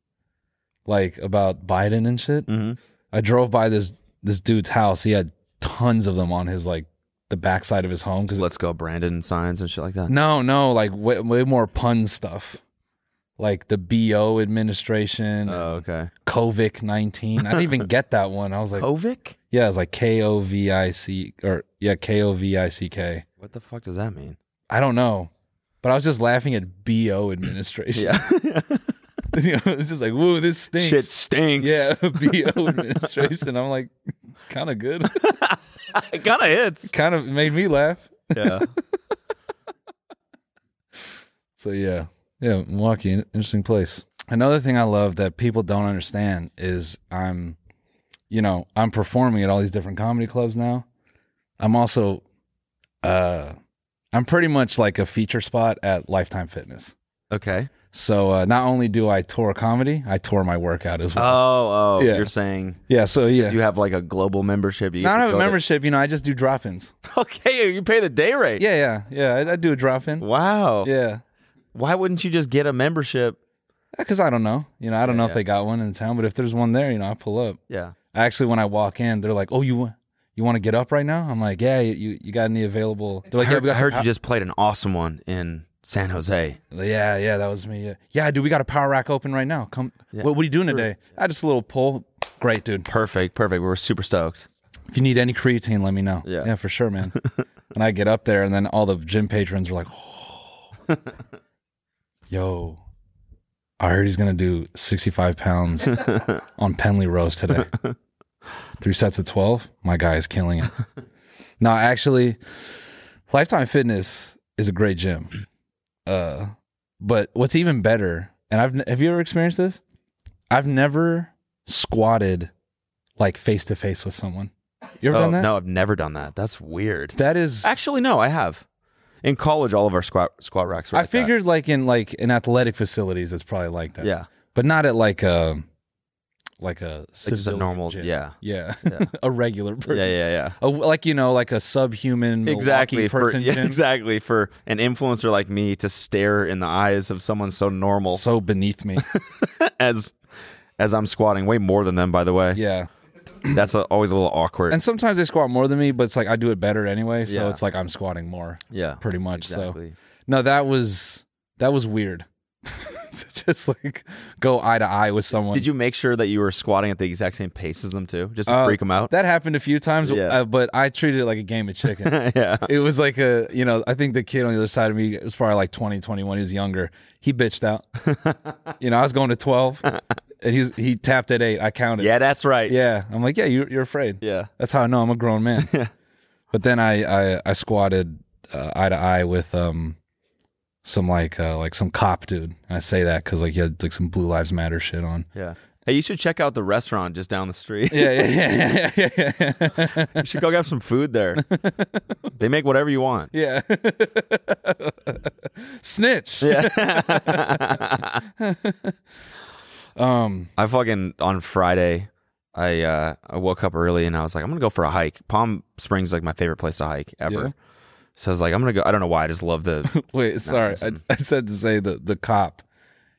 Speaker 2: like about Biden and shit. I drove by this this dude's house. He had tons of them on his like the backside of his home. Cause
Speaker 3: Let's go, Brandon signs and shit like that.
Speaker 2: No, no, like way, way more pun stuff, like the Bo administration.
Speaker 3: Oh, okay.
Speaker 2: Kovic nineteen. I didn't even get that one. I was like
Speaker 3: Kovic.
Speaker 2: Yeah, it's like K O V I C or yeah K O V I C K.
Speaker 3: What the fuck does that mean?
Speaker 2: I don't know, but I was just laughing at BO administration.
Speaker 3: Yeah.
Speaker 2: You know, it's just like, whoa, this stinks.
Speaker 3: Shit stinks.
Speaker 2: Yeah, BO administration. I'm like, kind of good.
Speaker 3: it kind of hits.
Speaker 2: Kind of made me laugh.
Speaker 3: Yeah.
Speaker 2: So yeah, yeah, Milwaukee, in- interesting place. Another thing I love that people don't understand is I'm, you know, I'm performing at all these different comedy clubs now. I'm also, uh, I'm pretty much like a feature spot at Lifetime Fitness.
Speaker 3: Okay.
Speaker 2: So uh, not only do I tour comedy, I tour my workout as well.
Speaker 3: Oh, oh,
Speaker 2: Yeah.
Speaker 3: you're saying
Speaker 2: yeah. So yeah,
Speaker 3: you have like a global membership. You
Speaker 2: now I
Speaker 3: get
Speaker 2: don't
Speaker 3: to
Speaker 2: have a
Speaker 3: go to-
Speaker 2: membership. You know, I just do drop-ins.
Speaker 3: Okay, you pay the day rate.
Speaker 2: Yeah, yeah, yeah. I, I do a drop-in.
Speaker 3: Wow.
Speaker 2: Yeah.
Speaker 3: Why wouldn't you just get a membership?
Speaker 2: Because I don't know. You know, I don't know if
Speaker 3: yeah.
Speaker 2: they got one in town, but if there's one there, you know, I pull up.
Speaker 3: Yeah.
Speaker 2: Actually, when I walk in, they're like, "Oh, you wa- you want to get up right now?" I'm like, "Yeah, you- you you got any available?" They're
Speaker 3: I
Speaker 2: like, "Yeah,
Speaker 3: heard,
Speaker 2: we got
Speaker 3: I
Speaker 2: some
Speaker 3: heard
Speaker 2: pow-
Speaker 3: you just played an awesome one in San Jose.
Speaker 2: Yeah, yeah, that was me. Yeah, yeah dude, we got a power rack open right now. Come,
Speaker 3: Yeah.
Speaker 2: what, what are you doing today? I just a little pull. Great, dude.
Speaker 3: Perfect, perfect. We were super stoked.
Speaker 2: If you need any creatine, let me know.
Speaker 3: Yeah.
Speaker 2: yeah, for sure, man. and I get up there, and then all the gym patrons are like, "Oh, yo." I heard he's gonna do sixty-five pounds on Penley rows today. Three sets of twelve. My guy is killing it. no, actually, Lifetime Fitness is a great gym. Uh, but what's even better, and I've have you ever experienced this? I've never squatted like face to face with someone. You ever
Speaker 3: Oh,
Speaker 2: done that?
Speaker 3: No, I've never done that. That's weird.
Speaker 2: That is.
Speaker 3: Actually, no, I have. In college, all of our squat squat racks were.
Speaker 2: I
Speaker 3: like that.
Speaker 2: figured like in like in athletic facilities, it's probably like that.
Speaker 3: Yeah.
Speaker 2: but not at like a like a
Speaker 3: just a
Speaker 2: civilian
Speaker 3: normal-
Speaker 2: jet.
Speaker 3: yeah.
Speaker 2: yeah,
Speaker 3: Yeah.
Speaker 2: a regular person.
Speaker 3: Yeah, yeah, yeah.
Speaker 2: A- like you know, like a subhuman Milwaukee
Speaker 3: exactly for
Speaker 2: person.
Speaker 3: yeah,
Speaker 2: Jim.
Speaker 3: exactly for an influencer like me to stare in the eyes of someone so normal,
Speaker 2: so beneath me,
Speaker 3: as as I'm squatting way more than them. By the way,
Speaker 2: yeah,
Speaker 3: that's a, always a little awkward.
Speaker 2: And sometimes they squat more than me, but it's like I do it better anyway. So
Speaker 3: Yeah.
Speaker 2: it's like I'm squatting more.
Speaker 3: Yeah,
Speaker 2: pretty much.
Speaker 3: exactly.
Speaker 2: So no, that was that was weird. to just like go eye to eye with someone.
Speaker 3: Did you make sure that you were squatting at the exact same pace as them too, just to
Speaker 2: Uh,
Speaker 3: freak them out?
Speaker 2: That happened a few times,
Speaker 3: Yeah.
Speaker 2: uh, but I treated it like a game of chicken.
Speaker 3: yeah.
Speaker 2: It was like a, you know, I think the kid on the other side of me was probably like 20, 21. He was younger. He bitched out. you know, I was going to 12 and he, was, he tapped at eight. I counted.
Speaker 3: Yeah, that's right.
Speaker 2: Yeah. I'm like, yeah, you, you're afraid.
Speaker 3: Yeah.
Speaker 2: That's how I know I'm a grown man. But then I, I, I squatted uh, eye to eye with, um, some like uh, like some cop dude, and I say that because like he had like some Blue Lives Matter shit on.
Speaker 3: Yeah. Hey, you should check out the restaurant just down the street.
Speaker 2: Yeah, yeah, yeah,
Speaker 3: you should go grab some food there. they make whatever you want.
Speaker 2: Yeah. Snitch.
Speaker 3: Yeah.
Speaker 2: um,
Speaker 3: I fucking on Friday, I uh, I woke up early and I was like, I'm gonna go for a hike. Palm Springs is like my favorite place to hike ever.
Speaker 2: Yeah.
Speaker 3: So I was like, I'm gonna go. I don't know why. I just love the.
Speaker 2: Wait, sorry. I,
Speaker 3: listen.
Speaker 2: I said to say the the cop,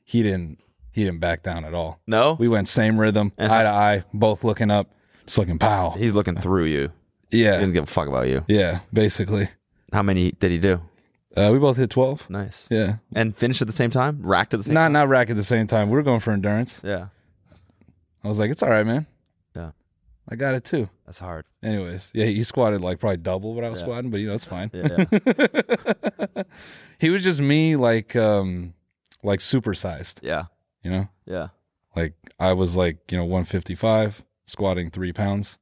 Speaker 2: he didn't he didn't back down at all.
Speaker 3: No?
Speaker 2: We went same rhythm, eye to eye, both looking up, just looking pow.
Speaker 3: He's looking through you.
Speaker 2: Yeah.
Speaker 3: He doesn't give a fuck about you.
Speaker 2: Yeah, basically.
Speaker 3: How many did he do?
Speaker 2: Uh, we both hit 12.
Speaker 3: Nice.
Speaker 2: Yeah.
Speaker 3: And finished at the same time? Racked at the same
Speaker 2: Not not rack at the same time. We were going for endurance.
Speaker 3: Yeah.
Speaker 2: I was like, it's all right, man.
Speaker 3: Yeah.
Speaker 2: I got it too.
Speaker 3: That's hard.
Speaker 2: Anyways, yeah, he squatted like probably double what I was
Speaker 3: Yeah.
Speaker 2: squatting, but you know it's fine.
Speaker 3: Yeah,
Speaker 2: he was just me, like, um, like supersized.
Speaker 3: Yeah.
Speaker 2: You know.
Speaker 3: Yeah.
Speaker 2: Like I was like you know 155 squatting three pounds.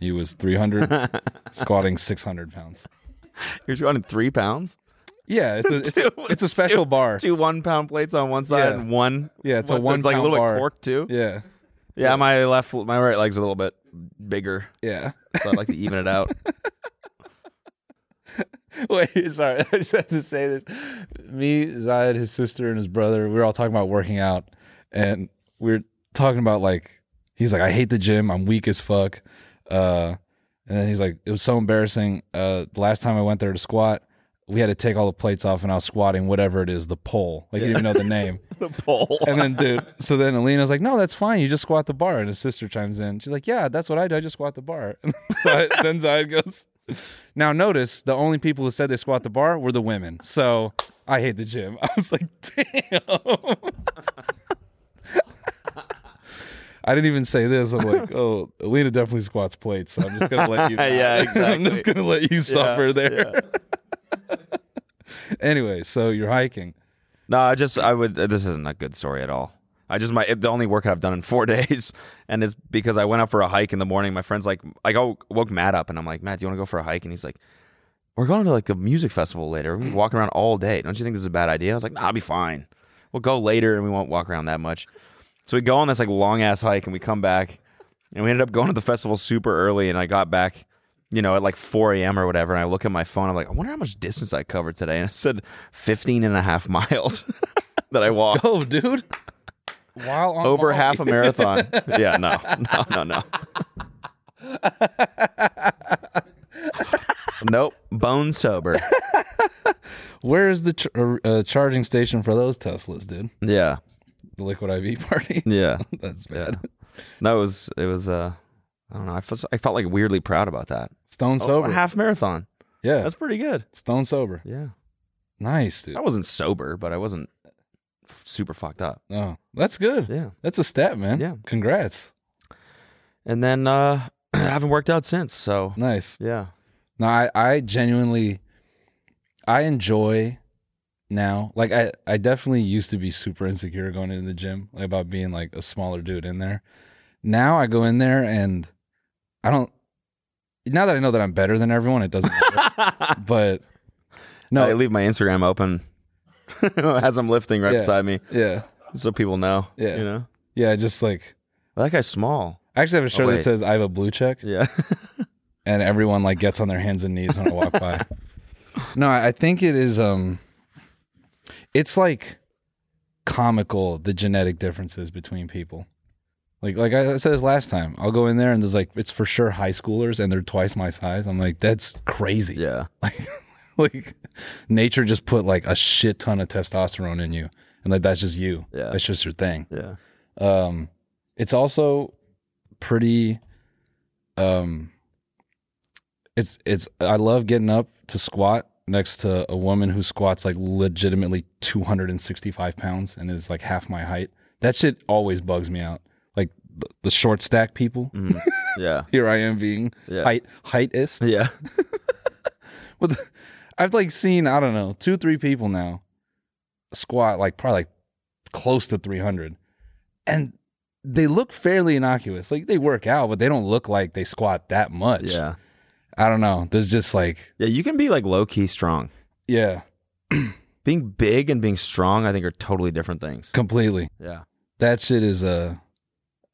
Speaker 2: He was 300 squatting 600 pounds.
Speaker 3: You're running three pounds.
Speaker 2: Yeah, it's a, it's, a- it's a special
Speaker 3: two-
Speaker 2: bar.
Speaker 3: Two one pound plates on one side
Speaker 2: Yeah.
Speaker 3: and one.
Speaker 2: Yeah, it's a
Speaker 3: that's,
Speaker 2: one
Speaker 3: like a
Speaker 2: pound
Speaker 3: little
Speaker 2: bar.
Speaker 3: bit corked too.
Speaker 2: Yeah.
Speaker 3: yeah. my left, my right leg's a little bit bigger.
Speaker 2: Yeah.
Speaker 3: so I like to even it out.
Speaker 2: Wait, sorry, I just have to say this. Me, Zayed, his sister, and his brother, we were all talking about working out, and we were talking about like he's like, I hate the gym, I'm weak as fuck. Uh and then he's like, it was so embarrassing. Uh the last time I went there to squat, we had to take all the plates off and I was squatting whatever it is, the pole. Like he didn't even know the name.
Speaker 3: the pole.
Speaker 2: And then dude, so then Alina's like, No, that's fine, you just squat the bar. And his sister chimes in. She's like, Yeah, that's what I do. I just squat the bar. so I- then Zayed goes, Now notice the only people who said they squat the bar were the women. So I hate the gym. I was like, damn. I didn't even say this. I'm like, oh, Alina definitely squats plates, so I'm just gonna let you.
Speaker 3: Yeah,
Speaker 2: I'm just
Speaker 3: exactly.
Speaker 2: gonna let you
Speaker 3: Yeah,
Speaker 2: suffer there. anyway, so you're hiking.
Speaker 3: No, I just I would. This isn't a good story at all. I just my the only workout I've done in four days, and it's because I went out for a hike in the morning. My friend's like, I go woke Matt up, and I'm like, Matt, do you want to go for a hike? And he's like, We're going to like the music festival later. We're gonna be walking around all day. Don't you think this is a bad idea? And I was like, Nah, I'll be fine. We'll go later, and we won't walk around that much. So we go on this like long ass hike, and we come back, and we ended up going to the festival super early. And I got back, you know, at like 4 a.m. or whatever. And I look at my phone. I'm like, I wonder how much distance I covered today. And I said 15 and a half miles that I walked.
Speaker 2: Oh, dude. While on oh,
Speaker 3: Over
Speaker 2: while-
Speaker 3: half a marathon. yeah, no, no, no, no. nope. Bone sober.
Speaker 2: Where is the ch- uh, uh, charging station for those Teslas, dude?
Speaker 3: Yeah.
Speaker 2: The liquid IV party.
Speaker 3: Yeah.
Speaker 2: that's bad.
Speaker 3: Yeah. No, it was, it was, uh, I don't know. I felt, I felt like weirdly proud about that.
Speaker 2: Stone
Speaker 3: Oh,
Speaker 2: sober.
Speaker 3: a half marathon.
Speaker 2: Yeah,
Speaker 3: That's pretty good.
Speaker 2: Stone sober.
Speaker 3: Yeah.
Speaker 2: Nice, dude.
Speaker 3: I wasn't sober, but I wasn't f- super fucked up.
Speaker 2: Oh, that's good.
Speaker 3: Yeah.
Speaker 2: That's a step, man. Yeah. Congrats.
Speaker 3: And then uh I haven't worked out since, so
Speaker 2: nice.
Speaker 3: Yeah.
Speaker 2: No, I, I genuinely I enjoy now. Like I, I definitely used to be super insecure going into the gym, like about being like a smaller dude in there. Now I go in there and I don't now that I know that I'm better than everyone, it doesn't matter. but no,
Speaker 3: I leave my Instagram open as I'm lifting right
Speaker 2: Yeah.
Speaker 3: beside me.
Speaker 2: Yeah.
Speaker 3: So people know.
Speaker 2: Yeah.
Speaker 3: You know?
Speaker 2: Yeah, just like
Speaker 3: that guy's small.
Speaker 2: I actually have a shirt
Speaker 3: Oh,
Speaker 2: that
Speaker 3: wait.
Speaker 2: says I have a blue check.
Speaker 3: Yeah.
Speaker 2: and everyone like gets on their hands and knees when I walk by. No, I I think it is um it's like comical the genetic differences between people. Like like I said this last time, I'll go in there and there's like it's for sure high schoolers and they're twice my size. I'm like that's crazy.
Speaker 3: Yeah.
Speaker 2: Like like nature just put like a shit ton of testosterone in you and like that's just you.
Speaker 3: Yeah.
Speaker 2: That's just your thing.
Speaker 3: Yeah.
Speaker 2: Um it's also pretty um it's it's I love getting up to squat next to a woman who squats like legitimately 265 pounds and is like half my height. That shit always bugs me out. Like the, the short stack people.
Speaker 3: Mm-hmm. Yeah.
Speaker 2: Here I am being
Speaker 3: Yeah.
Speaker 2: height heightist.
Speaker 3: Yeah.
Speaker 2: well, the- I've like seen I don't know two three people now squat like probably like close to 300 and they look fairly innocuous like they work out but they don't look like they squat that much
Speaker 3: Yeah.
Speaker 2: i don't know there's just like
Speaker 3: Yeah, you can be like low key strong.
Speaker 2: yeah
Speaker 3: Being big and being strong, I think, are totally different things.
Speaker 2: completely
Speaker 3: Yeah.
Speaker 2: that shit is uh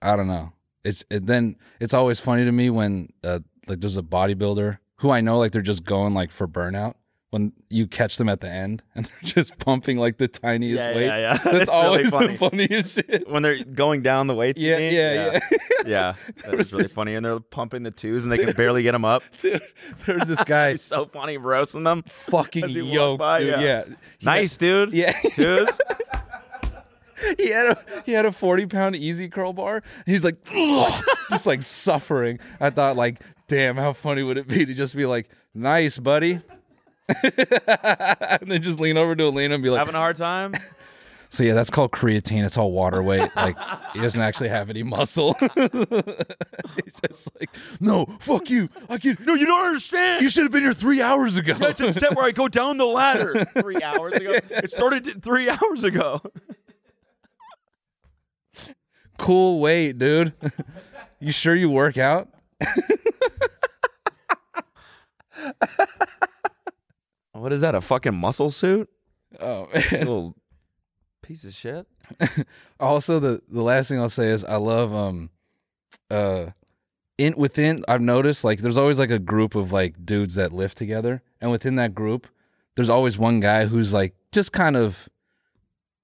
Speaker 2: i don't know it's it, then it's always funny to me when uh like there's a bodybuilder who i know like they're just going like for burnout when you catch them at the end and they're just pumping like the tiniest
Speaker 3: Yeah,
Speaker 2: weight
Speaker 3: yeah, yeah.
Speaker 2: that's
Speaker 3: That's really
Speaker 2: always
Speaker 3: funny.
Speaker 2: the funniest shit
Speaker 3: When they're going down the weights, you
Speaker 2: Yeah,
Speaker 3: mean?
Speaker 2: yeah, yeah.
Speaker 3: yeah. That was really funny. And they're pumping the twos and they can barely get them up.
Speaker 2: Dude, there's this guy.
Speaker 3: He's so funny roasting them.
Speaker 2: Fucking
Speaker 3: As he walked
Speaker 2: yoked,
Speaker 3: by,
Speaker 2: dude. Yeah.
Speaker 3: Nice, dude.
Speaker 2: Yeah.
Speaker 3: Twos.
Speaker 2: He had a he had a 40 pound easy curl bar. He's like "Ugh," just like suffering. I thought like, damn, how funny would it be to just be like, nice, buddy. and then just lean over to Elena and be like,
Speaker 3: Having a hard time?
Speaker 2: so yeah, that's called creatine. It's all water weight. Like he doesn't actually have any muscle. He's just like, no, fuck you. I can
Speaker 3: No, you don't understand.
Speaker 2: You should have been here three hours ago.
Speaker 3: That's a step where I go down the ladder three hours ago. It started three hours ago.
Speaker 2: cool weight, dude. you sure you work out?
Speaker 3: What is that? A fucking muscle suit?
Speaker 2: Oh man.
Speaker 3: Little piece of shit.
Speaker 2: also the the last thing I'll say is I love um uh in within I've noticed like there's always like a group of like dudes that lift together and within that group there's always one guy who's like just kind of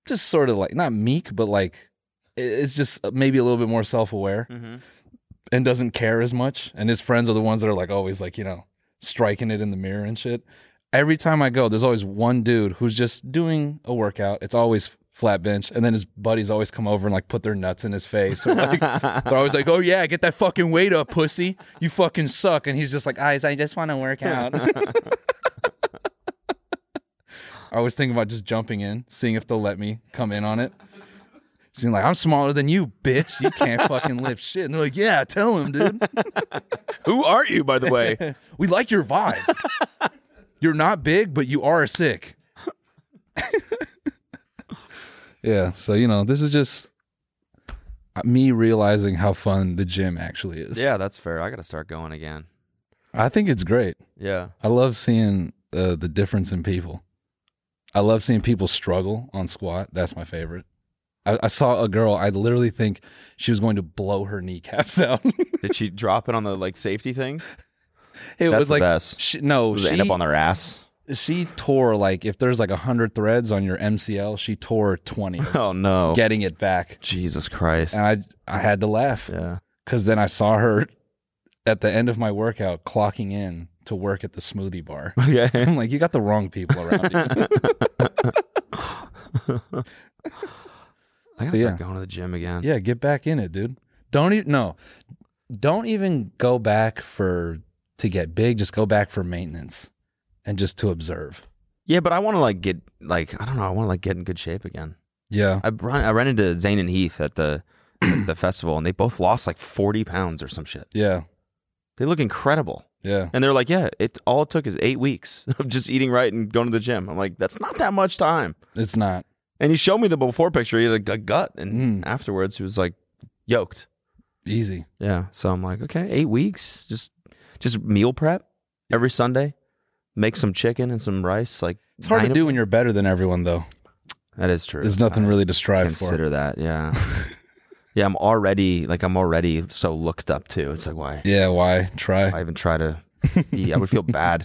Speaker 2: just sort of like not meek but like i- it's just uh, maybe a little bit more self-aware and doesn't care as much and his friends are the ones that are like always like you know striking it in the mirror and shit every time i go there's always one dude who's just doing a workout it's always flat bench and then his buddies always come over and like put their nuts in his face or like they're always like oh yeah get that fucking weight up pussy you fucking suck and he's just like eyes i just want to work out I was thinking about just jumping in, seeing if they'll let me come in on it. Just being like, I'm smaller than you, bitch. You can't fucking lift shit. And they're like, Yeah, tell him, dude.
Speaker 3: Who are you, by the way?
Speaker 2: we like your vibe. You're not big, but you are sick. yeah. So, you know, this is just uh, me realizing how fun the gym actually is.
Speaker 3: Yeah, that's fair. I got to start going again.
Speaker 2: I think it's great.
Speaker 3: Yeah.
Speaker 2: I love seeing uh, the difference in people. I love seeing people struggle on squat. That's my favorite. I, I saw a girl. I literally think she was going to blow her kneecaps out.
Speaker 3: Did she drop it on the like safety thing?
Speaker 2: it
Speaker 3: That's
Speaker 2: was
Speaker 3: the
Speaker 2: like
Speaker 3: best.
Speaker 2: She, no,
Speaker 3: Does
Speaker 2: she
Speaker 3: it end up on their ass?
Speaker 2: She tore like if there's like a hundred threads on your MCL, she tore twenty.
Speaker 3: Oh no. Uh,
Speaker 2: Getting it back,
Speaker 3: Jesus Christ.
Speaker 2: and I I had to laugh
Speaker 3: yeah.
Speaker 2: because then I saw her at the end of my workout clocking in to work at the smoothie bar.
Speaker 3: Okay.
Speaker 2: I'm like, you got the wrong people around you.
Speaker 3: I got
Speaker 2: But
Speaker 3: to
Speaker 2: yeah.
Speaker 3: start going to the gym again.
Speaker 2: Yeah, get back in it, dude. Don't even no. Don't even go back for to get big, just go back for maintenance and just to observe.
Speaker 3: Yeah, but I want to like get like I don't know. I want to like get in good shape again.
Speaker 2: Yeah.
Speaker 3: I run, I ran into Zane and Heath at the at the festival, and they both lost like forty pounds or some shit.
Speaker 2: Yeah.
Speaker 3: They look incredible,
Speaker 2: Yeah.
Speaker 3: and they're like, "Yeah, it all it took is eight weeks of just eating right and going to the gym." I'm like, "That's not that much time."
Speaker 2: It's not.
Speaker 3: And he showed me the before picture. He had like a gut,
Speaker 2: Mm.
Speaker 3: and afterwards he was like yoked.
Speaker 2: Easy.
Speaker 3: Yeah, so I'm like, okay, eight weeks, just just meal prep every Sunday, make some chicken and some rice. Like
Speaker 2: It's hard to
Speaker 3: nine-
Speaker 2: do when you're better than everyone though.
Speaker 3: That is true.
Speaker 2: There's nothing
Speaker 3: I-
Speaker 2: really to strive
Speaker 3: consider that. Yeah. yeah, I'm already like I'm already so looked up to. It's like why
Speaker 2: for. Yeah, why? Try.
Speaker 3: I even try to be I would feel bad.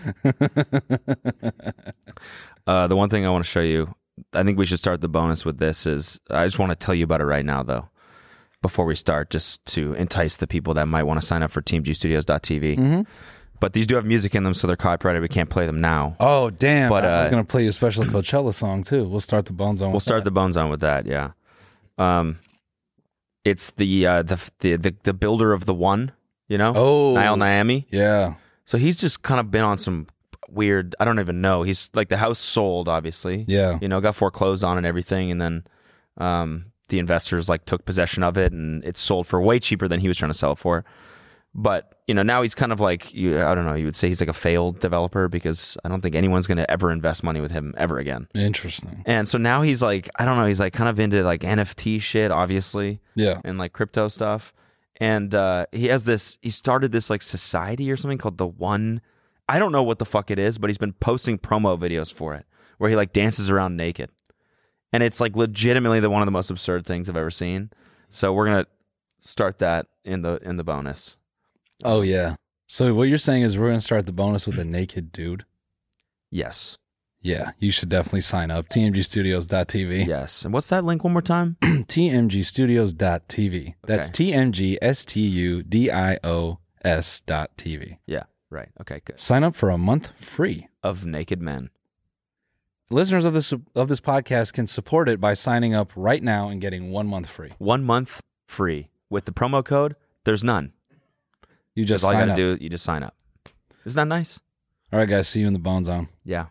Speaker 3: Uh the one thing I want to show you, I think we should start the bonus with this is I just want to tell you about it right now though. before we start, just to entice the people that might want to sign up for TeamGStudios.tv.
Speaker 2: Mhm.
Speaker 3: But these do have music in them, so they're copyrighted. We can't play them now.
Speaker 2: Oh damn!
Speaker 3: But,
Speaker 2: I was
Speaker 3: uh,
Speaker 2: gonna play you a special Coachella song too. We'll start the bones on.
Speaker 3: We'll start the bones on with that. Yeah. Um, it's the uh, the, the the the builder of the one. You know.
Speaker 2: Oh.
Speaker 3: Niall Naomi.
Speaker 2: Yeah.
Speaker 3: So he's just kind of been on some weird. I don't even know. He's like the house sold, obviously.
Speaker 2: Yeah.
Speaker 3: You know, got foreclosed on and everything, and then um, the investors like took possession of it, and it sold for way cheaper than he was trying to sell it for. But you know, now he's kind of like you, I don't know. You would say he's like a failed developer because I don't think anyone's going to ever invest money with him ever again.
Speaker 2: Interesting.
Speaker 3: And so now he's like, I don't know, he's like kind of into like NFT shit, obviously.
Speaker 2: Yeah.
Speaker 3: And like crypto stuff. And uh, he has this, he started this like society or something called The One. I don't know what the fuck it is, but he's been posting promo videos for it where he like dances around naked. And it's like legitimately the one of the most absurd things I've ever seen. So we're gonna start that in the in the bonus.
Speaker 2: Oh yeah. So what you're saying is we're gonna start the bonus with a naked dude.
Speaker 3: Yes.
Speaker 2: Yeah, you should definitely sign up. TMGstudios.tv.
Speaker 3: Yes. And what's that link one more time?
Speaker 2: TMGstudios.tv. That's T M G S T U D I O S dot TV.
Speaker 3: Yeah, right. Okay, good.
Speaker 2: Sign up for a month free.
Speaker 3: Of naked men.
Speaker 2: Listeners of this of this podcast can support it by signing up right now and getting one month free.
Speaker 3: One month free. With the promo code, there's none.
Speaker 2: You just
Speaker 3: all you
Speaker 2: sign
Speaker 3: gotta
Speaker 2: up.
Speaker 3: do, you just sign up. Isn't that nice?
Speaker 2: All right, guys. See you in the bone zone.
Speaker 3: Yeah.